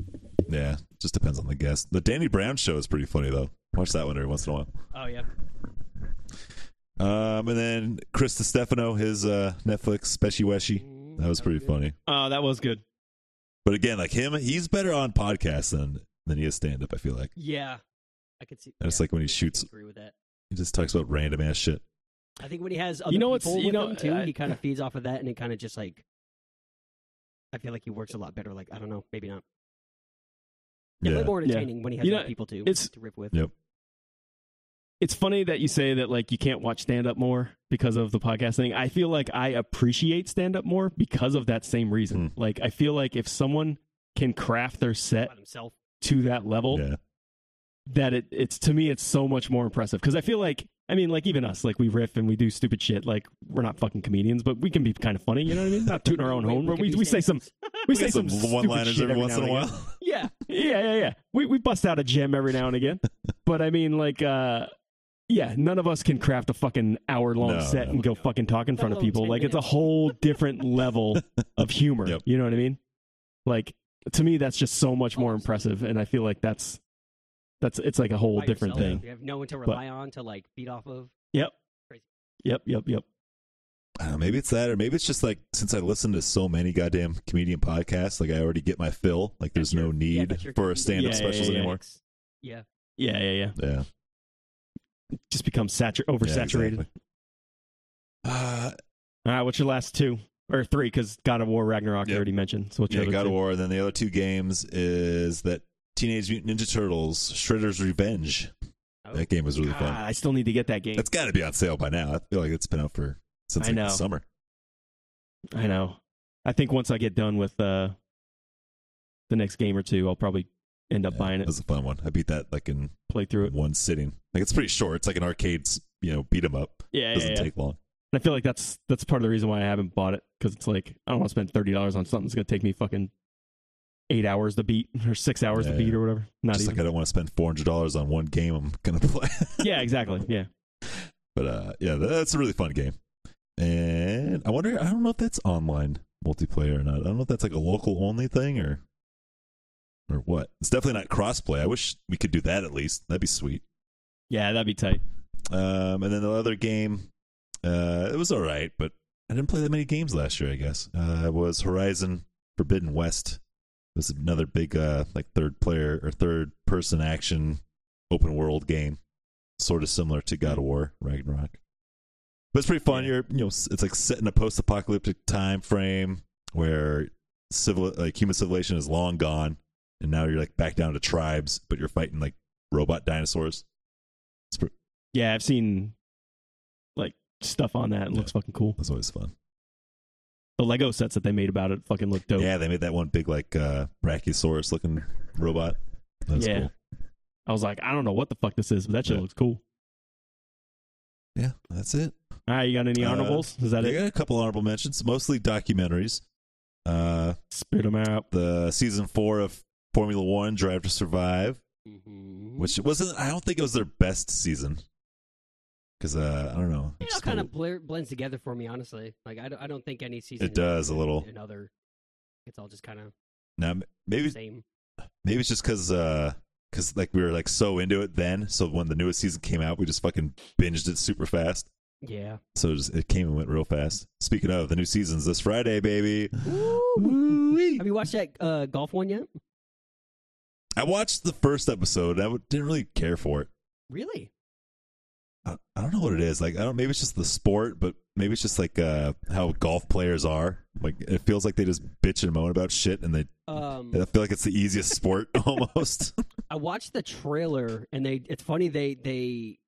Yeah, just depends on the guest. The Danny Brown show is pretty funny though. Watch that one every once in a while.
Oh yeah.
Um, and then Chris DiStefano, his uh, Netflix Speshy Weshy. That was pretty funny.
oh, that was good.
But again, like him, he's better on podcasts than than he is stand up. I feel like
Yeah, I could see.
And it's
yeah,
like when he
I can
shoots-
Agree with that.
he just talks about random ass shit.
I think when he has other
know what's-
people
you
with
know,
him too,
I-
he kind of feeds off of that, and it kind of just like. I feel like he works a lot better. Like I don't know, maybe not. It's a
Yeah,
little more
Yeah.
entertaining when he has
You know,
other people too
it's-
to rip with.
Yeah.
It's funny that you say that like you can't watch stand up more because of the podcast thing. I feel like I appreciate stand up more because of that same reason.
Hmm.
Like I feel like if someone can craft their set
About himself.
to that level,
yeah,
that it, it's to me it's so much more impressive because I feel like I mean like even us like we riff and we do stupid shit like we're not fucking comedians but we can be kind of funny you know what I mean not tooting our own
We-
horn
we
but
could
we,
be
we say some
stand-ups.
we
We
say
get
some
one liners
stupid shit
every once in a
now and
while.
again. yeah yeah yeah yeah we we bust out a gem every now and again but I mean like uh yeah none of us can craft a fucking hour long
No,
set
no.
and go fucking talk in
Let
front of
alone
people
10
like it's a
minutes.
whole different level of humor
Yep.
you know what I mean like to me that's just so much more
Oh, absolutely.
impressive and I feel like that's that's it's like a whole
by
different
yourself.
thing.
You have no one to rely on to like feed off of.
Yep, yep, yep.
I don't know, maybe it's that, or maybe it's just like since I listen to so many goddamn comedian podcasts, like I already get my fill. Like there's
That's your-
no
yeah,
need
that's your
for a
comedian
stand up
Yeah, yeah,
specials
yeah.
anymore.
Yeah.
Yeah, yeah, yeah.
Yeah,
Just become satur-
yeah,
oversaturated.
exactly. Uh,
All right, what's your last two or three? Because God of War Ragnarok you
Yep.
already mentioned. So what's your
yeah,
other
God
two?
of War, and then the other two games is that Teenage Mutant Ninja Turtles Shredder's Revenge.
Oh.
That game was really
God,
fun.
I still need to get that game.
It's got to be on sale by now. I feel like it's been out for since
I
like
know.
the summer.
I know. I think once I get done with uh, the next game or two, I'll probably end up
Yeah,
buying
It
it,
was a fun one. I beat that like in
play through it.
one sitting. Like it's pretty short. It's like an arcade, you know, beat 'em up.
Yeah, yeah,
Doesn't
yeah.
take long.
And I feel like that's that's part of the reason why I haven't bought it because it's like I don't want to spend thirty dollars on something that's gonna take me fucking eight hours to beat or six hours
Yeah,
to beat
yeah.
or whatever. Not
Just
even.
like I don't want to spend four hundred dollars on one game I'm gonna play.
yeah, exactly. Yeah.
But uh, yeah, tha- that's a really fun game. And I wonder, I don't know if that's online multiplayer or not. I don't know if that's like a local only thing or or what. It's definitely not crossplay. I wish we could do that at least. That'd be sweet.
Yeah, that'd be tight.
Um, and then the other game, uh, it was all right, but I didn't play that many games last year. I guess uh, was Horizon Forbidden West. It was another big uh, like third player or third person action open world game, sort of similar to God of War Ragnarok. But it's pretty fun. You're you know s- it's like set in a post apocalyptic time frame where civil like human civilization is long gone, and now you're like back down to tribes, but you're fighting like robot dinosaurs.
Yeah, I've seen like stuff on that. It
Yeah.
looks fucking cool.
That's always fun.
The Lego sets that they made about it fucking look dope.
Yeah, they made that one big like uh Brachiosaurus looking robot. That was
Yeah.
cool.
I was like, I don't know what the fuck this is, but that shit
Yeah.
looks cool.
Yeah, that's it.
All right, you got any
Uh,
honorables? Is
I
that it?
got a couple honorable mentions, mostly documentaries. Uh
Spit them out.
the season four of Formula One Drive to Survive,
Mm-hmm.
which wasn't I don't think it was their best season. Cause uh I don't know.
it
It's
all
just
kind
a-
of blur- blends together for me, honestly. Like I don't, I don't think any season.
It does a little.
Another. It's all just kind of
now, m- maybe
same.
maybe it's just cause uh 'cause, like we were like so into it then, so when the newest season came out, we just fucking binged it super fast.
Yeah.
So it, just, it came and went real fast. Speaking of, the new season's this Friday, baby. Woo-wee.
Have you watched that uh, golf one yet?
I watched the first episode. and I w- didn't really care for it.
Really?
I, I don't know what it is. Like I don't. Maybe it's just the sport, but maybe it's just like uh, how golf players are. Like it feels like they just bitch and moan about shit, and they.
Um,
I feel like it's the easiest sport almost.
I watched the trailer, and they. It's funny they they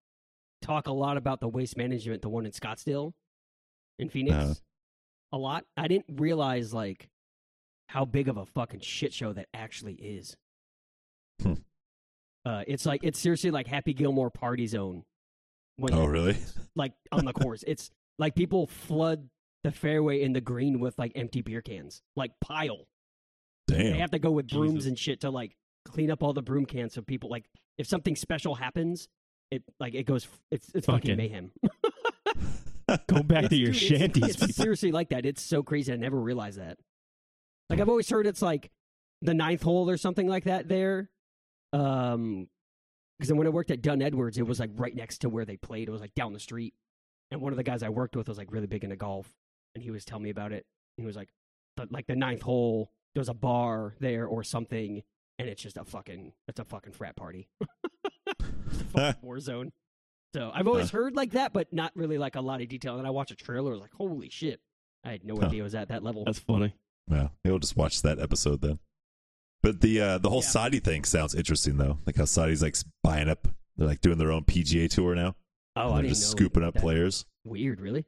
talk a lot about the waste management, the one in Scottsdale, in Phoenix,
Uh-huh.
a lot. I didn't realize like how big of a fucking shit show that actually is.
Hmm.
Uh, it's like it's seriously like Happy Gilmore party zone. When
oh
they're,
really?
Like on the course, it's like people flood the fairway in the green with like empty beer cans, like pile. They
Damn.
have to go with brooms
Jesus.
and shit to like clean up all the broom cans so people like if something special happens, it like it goes it's it's fucking,
Fucking
mayhem.
Go back to your
Dude, it's-
shanties.
It's, seriously like that. It's so crazy. I never realized that. Like I've always heard it's like the ninth hole or something like that there. Um because when I worked at Dunn Edwards, it was like right next to where they played. It was like down the street. And one of the guys I worked with was like really big into golf. And he was telling me about it. He was like, but like the ninth hole, there's a bar there or something. And it's just a fucking, it's a fucking frat party. It's a fucking war zone. So I've always heard like that, but not really like a lot of detail. And then I watched a trailer, I was like, holy shit. I had no
Huh.
idea it was at that level.
That's funny.
Well, maybe we'll just watch that episode then. But the uh, the whole
Yeah.
Saudi thing sounds interesting though. Like how Saudi's like buying up. They're like doing their own PGA tour now.
oh,
and
I
they're
didn't
just
know
scooping up
that.
players.
Weird, really?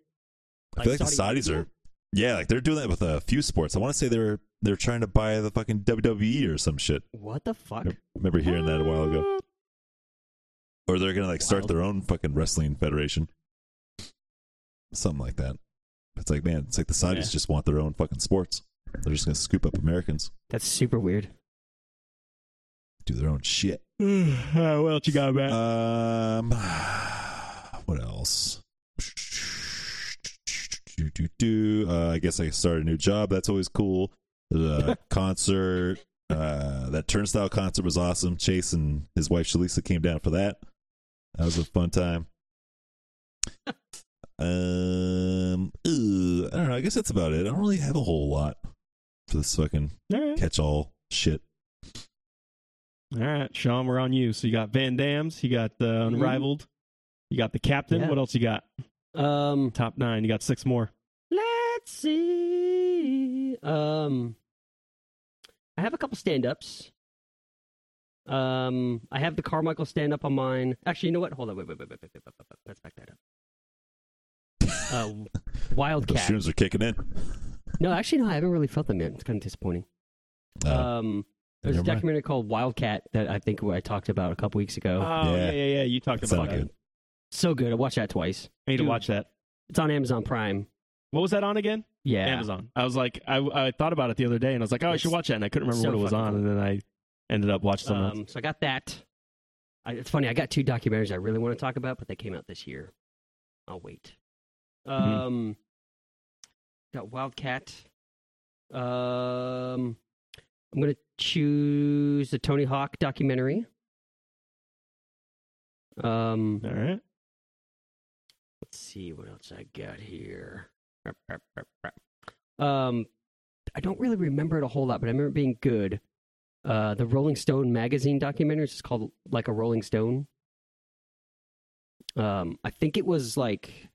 I feel like the Saudis are, yeah, like they're doing that with a few sports. I want to say they were they're trying to buy the fucking WWE or some shit.
What the fuck?
I remember hearing that a while ago. Or they're gonna like start
Wild.
their own fucking wrestling federation, something like that. It's like man, it's like the Saudis
Yeah.
just want their own fucking sports. They're just gonna scoop up Americans,
That's super weird.
do their own shit.
Uh, what else you got, Matt?
Um, what else? Do, do, do. Uh, I guess I started a new job. That's always cool. The concert, uh, that turnstile concert was awesome. Chase and his wife Shalisa came down for that. That was a fun time. Um, ooh, I don't know. I guess that's about it. I don't really have a whole lot for this fucking
All right.
catch-all shit.
All right, Sean, we're on you. So you got Van Dams, you got the Unrivaled, you got the Captain.
Yeah.
What else you got?
Um,
Top nine. You got six more.
let's see. Um, I have a couple stand ups. Um, I have the Carmichael stand up on mine. Actually, you know what? Hold on. Wait, wait, wait, wait, wait, wait, wait, wait, wait. Let's back that up. Uh,
Those
Wildcat.
streams are kicking in.
No, actually, no. I haven't really felt them yet. It's kind of disappointing.
Uh,
Um, There's
Never
a
mind.
documentary called Wildcat that I think I talked about a couple weeks ago.
Oh,
Yeah.
yeah, yeah, yeah. You talked
That
about
sounded
that.
good.
so good. I watched that twice.
I need
Dude.
to watch that.
It's on Amazon Prime.
What was that on again?
Yeah.
Amazon. I was like, I, I thought about it the other day, and I was like, oh, I
It's
should watch that, and I couldn't remember
so
what it was
fucking
on,
cool.
and then I ended up watching something. else.
Um, so I got that. I, it's funny. I got two documentaries I really want to talk about, but they came out this year. I'll wait. Um, got Wildcat. Um, I'm gonna choose the Tony Hawk documentary. Um,
All right.
let's see what else I got here. Um, I don't really remember it a whole lot, but I remember it being good. Uh, the Rolling Stone magazine documentary is called like a Rolling Stone. Um, I think it was like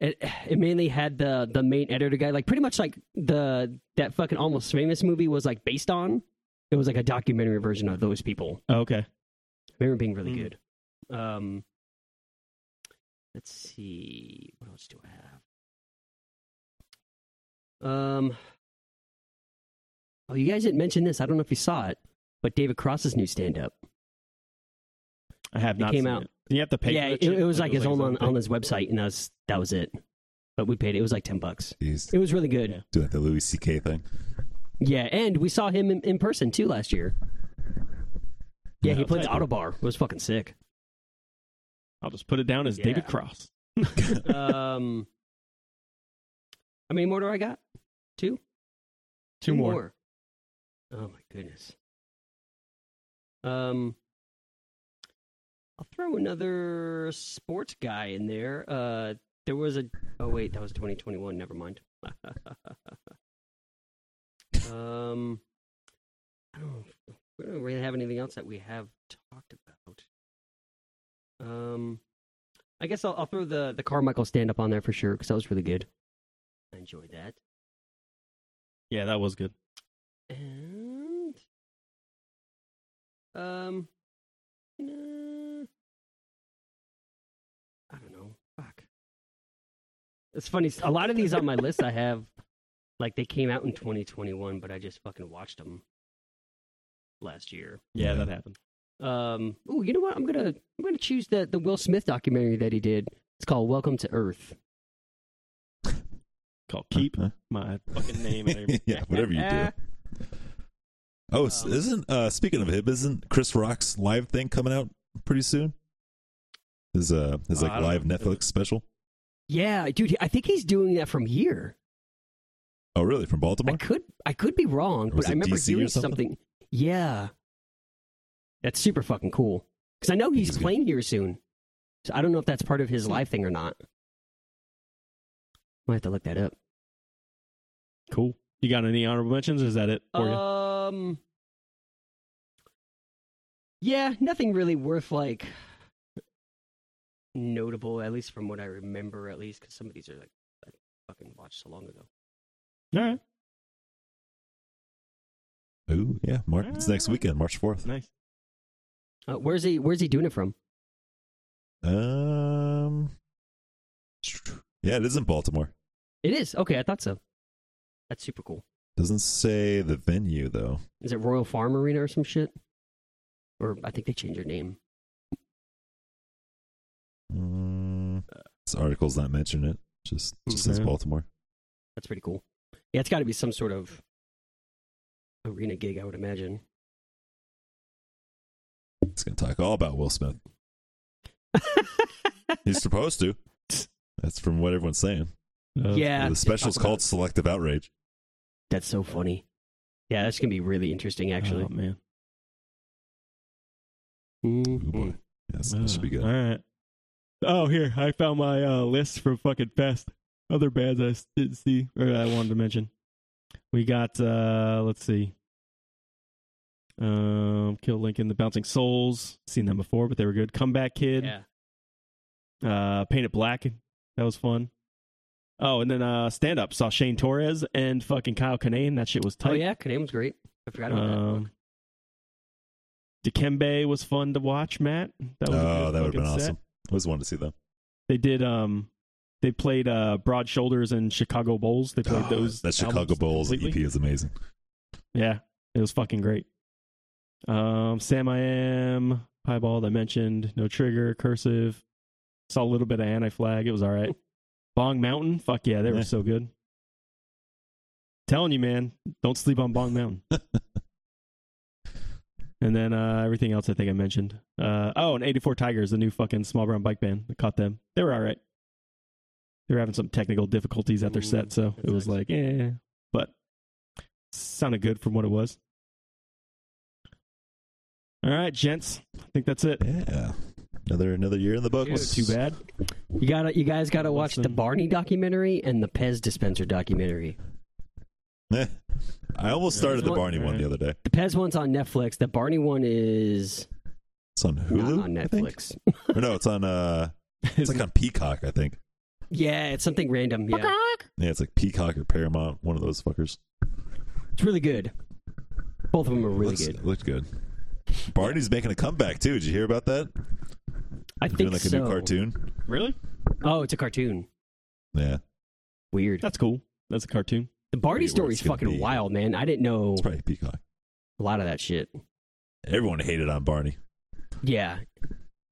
it. It mainly had the the main editor guy, like pretty much like the that fucking almost famous movie was like based on. It was like a documentary version of those people.
Oh, okay.
I remember being really
Mm.
good. Um, let's see, what else do I have? Um, oh, you guys didn't mention this. I don't know if you saw it, but David Cross's new stand-up.
I have
It
not.
came
seen
out-
It. You have to pay. for
yeah, it,
that shit?
it was like his own on,
thing.
on his website, and that was that was it. But we paid. It was like ten bucks.
He's
It was really good.
Yeah.
doing the Louis C.K. thing.
Yeah, and we saw him in, in person too last year. Yeah, he
Yeah,
played the
exactly.
Autobar. It was fucking sick.
I'll just put it down as
Yeah.
David Cross.
um, how many more do I got? Two.
Two more.
Oh my goodness. Um, I'll throw another sports guy in there. Uh, there was a. Oh wait, that was 2021. Never mind. um, I don't. We don't really have anything else that we have talked about. Um, I guess I'll, I'll throw the the Carmichael stand up on there for sure because that was really good. I enjoyed that.
Yeah, that was good.
And um, nah, I don't know. Fuck. It's funny. A lot of these on my list I have, like they came out in 2021, but I just fucking watched them last year.
Yeah,
Yeah.
that happened.
Um, oh, you know what? I'm gonna I'm gonna choose the the Will Smith documentary that he did. It's called Welcome to Earth.
Called keep
Huh?
my fucking name. and everything.
yeah, whatever you
Eh.
do. Oh, s-
Um,
isn't uh speaking of him, isn't Chris Rock's live thing coming out pretty soon? His uh his
Uh,
like
I don't
live
know.
Netflix special?
Yeah, dude, I think he's doing that from here.
Oh really? From
I
Baltimore?
could I could be wrong,
was
but I
it
remember
DC or
hearing
something?
something? Yeah, that's super fucking cool. Because I know he's
He's good.
playing here soon. So I don't know if that's part of
Hmm.
his live thing or not. Might have to look that up.
Cool. You got any honorable mentions? Or is that it for you?
Um. Yeah, nothing really worth like notable, at least from what I remember, at least because some of these are like I fucking watched so long ago.
All right.
Ooh, yeah. March it's next weekend, March fourth.
Nice.
Uh, where's he? Where's he doing it from?
Um Yeah, it is in Baltimore.
It is okay. I thought so. That's super cool.
Doesn't say the venue though.
Is it Royal Farm Arena or some shit? Or I think they changed their name.
Mm, this article's not mentioning it. Just just says
Uh. Okay.
Baltimore.
That's pretty cool. Yeah, it's got to be some sort of arena gig, I would imagine.
It's gonna talk all about Will Smith. He's supposed to. That's from what everyone's saying.
Uh,
yeah,
the special's
talk about-
called Selective Outrage.
That's so funny. Yeah, that's gonna be really
Uh,
interesting, actually.
Oh, man.
Ooh,
Mhm.
boy. Yes, that should be
Uh, All
good.
right. Oh, here I found my uh, list from fucking Fest. Other bands I s- didn't see or I wanted to mention. We got uh let's see. Um Kill Lincoln, The Bouncing Souls. Seen them before, but they were good. Comeback Kid.
Yeah.
Uh Paint It Black. That was fun. Oh, and then uh stand up saw Shane Torres and fucking Kyle Kinane. That shit was tight.
Oh yeah, Canadian was great. I forgot about that.
Um, Dikembe was fun to watch, Matt. That was a
oh,
good
that would have been
fucking set.
awesome. Always wanted to see them.
They did. Um, they played uh, Broad Shoulders and Chicago Bulls. They played
Oh,
those.
that Chicago
albums
Bulls
completely.
EP is amazing.
Yeah, It was fucking great. Um, Sam I Am, Piebald, I mentioned, No Trigger, Cursive. Saw a little bit of Anti Flag. It was all right. Bong Mountain, fuck yeah, they were
Yeah.
so good. Telling you, man, don't sleep on Bong Mountain. and then uh, everything else I think I mentioned. Uh, oh, and 84 Tigers, the new fucking small brown bike band. I caught them. They were all right. They were having some technical difficulties at their
Ooh,
set, so it
that
was
sucks.
like, eh, but sounded good from what it was. All right, gents. I think that's it.
Yeah. Another another year in the books.
Wasn't too bad.
You gotta, you guys gotta watch the
Listen.
Barney documentary and the Pez dispenser documentary.
Eh. I almost started the Barney one the other day.
The Pez one's on Netflix. The Barney one is
It's on Hulu.
not on
I think?
Netflix.
Or no, it's on uh it's like on Peacock, I think.
Yeah, it's something random. Yeah,
Yeah, it's like Peacock or Paramount, one of those fuckers.
it's really good. Both of them are really
looks,
good.
Looked good. Barney's making a comeback too. Did you hear about that? They're
I think
doing like
so.
a new cartoon.
Really?
Oh, it's a cartoon.
Yeah,
Weird.
That's cool. That's a cartoon.
The Barney
Weird where
story's
it's gonna
fucking
be.
wild, man. I didn't know
it's probably Peacock.
a lot of that shit.
Everyone hated on Barney.
Yeah,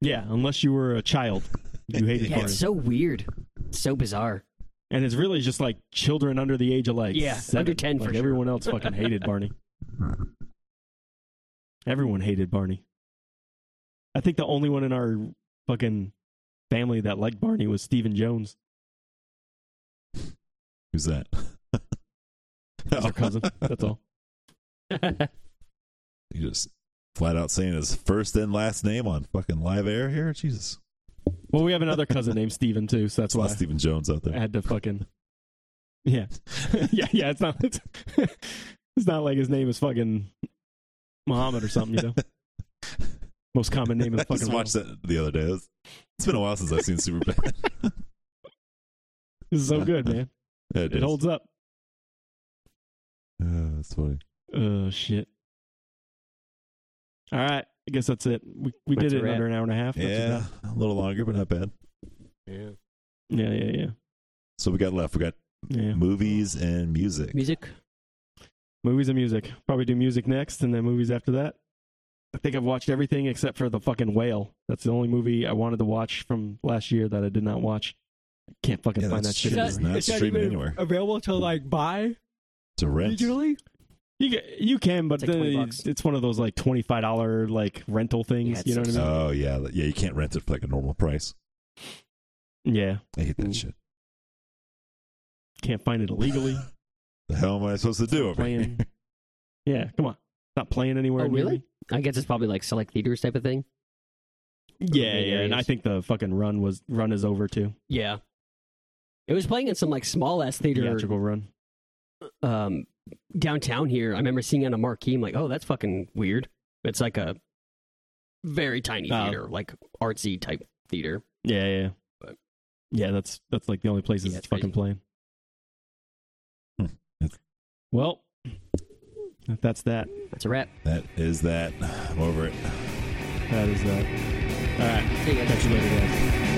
Yeah, unless you were a child, you hated
yeah,
Barney.
it's so weird, so bizarre.
and it's really just like children under the age of like
Yeah,
seven.
under 10 for
Like,
sure.
everyone else fucking hated Barney. Everyone hated Barney. I think the only one in our fucking family that liked Barney was Stephen Jones.
Who's that?
He's our cousin. That's all.
You just flat out saying his first and last name on fucking live air here. Jesus,
Well, we have another cousin named Steven too, so that's
it's a lot
why
of Stephen Jones out
I
there.
had to fucking Yeah. yeah, yeah, it's not it's, it's not like his name is fucking Muhammad or something, you know. Most common name in
I
the fucking
just
world.
watched that the other day. It's- it's been a while since I've seen Superbad.
This is so good, man.
Yeah,
It
is.
holds up.
Yeah, that's funny.
Oh shit. All right. I guess that's it. We we
That's
did
a
it in
wrap.
under an hour and a half. That's
Yeah,
about-
a little longer, but not bad.
yeah.
Yeah, yeah, yeah.
So we got left. We got
Yeah.
movies and music.
Music.
Movies and music. Probably do music next and then movies after that. I think I've watched everything except for the fucking whale. That's the only movie I wanted to watch from last year that I did not watch. I can't fucking
Yeah,
find that
that's
shit.
true. It's
anywhere.
not streaming anywhere.
Available to like buy
To rent.
You ca- you can, but
It's like 20
then
bucks.
it's, it's one of those like twenty five dollar like rental
Yeah,
things.
it's
you know what I mean?
Oh yeah, th- yeah. You can't rent it for like a normal price.
yeah,
I hate that
Mm.
shit.
can't find it illegally.
The hell am I supposed to do? Over here?
playing. yeah, come on, not playing anywhere.
Oh,
near
really?
me.
I guess it's probably like select theaters type of thing.
Yeah,
main
yeah. And I
areas.
think the fucking run was run is over too.
Yeah. It was playing in some like small ass theater
Theatrical run.
um, downtown here. I remember seeing it on a marquee. I'm like, oh, that's fucking weird. It's like a very tiny
Oh.
theater, like artsy type theater.
Yeah, yeah. yeah.
But-
Yeah, that's that's like the only places it's
Yeah, it's crazy.
fucking playing.
Hmm. That's-
well, that's that.
That's a wrap.
That is that. I'm over it.
That is that. All right.
See you guys.
Catch you later, guys.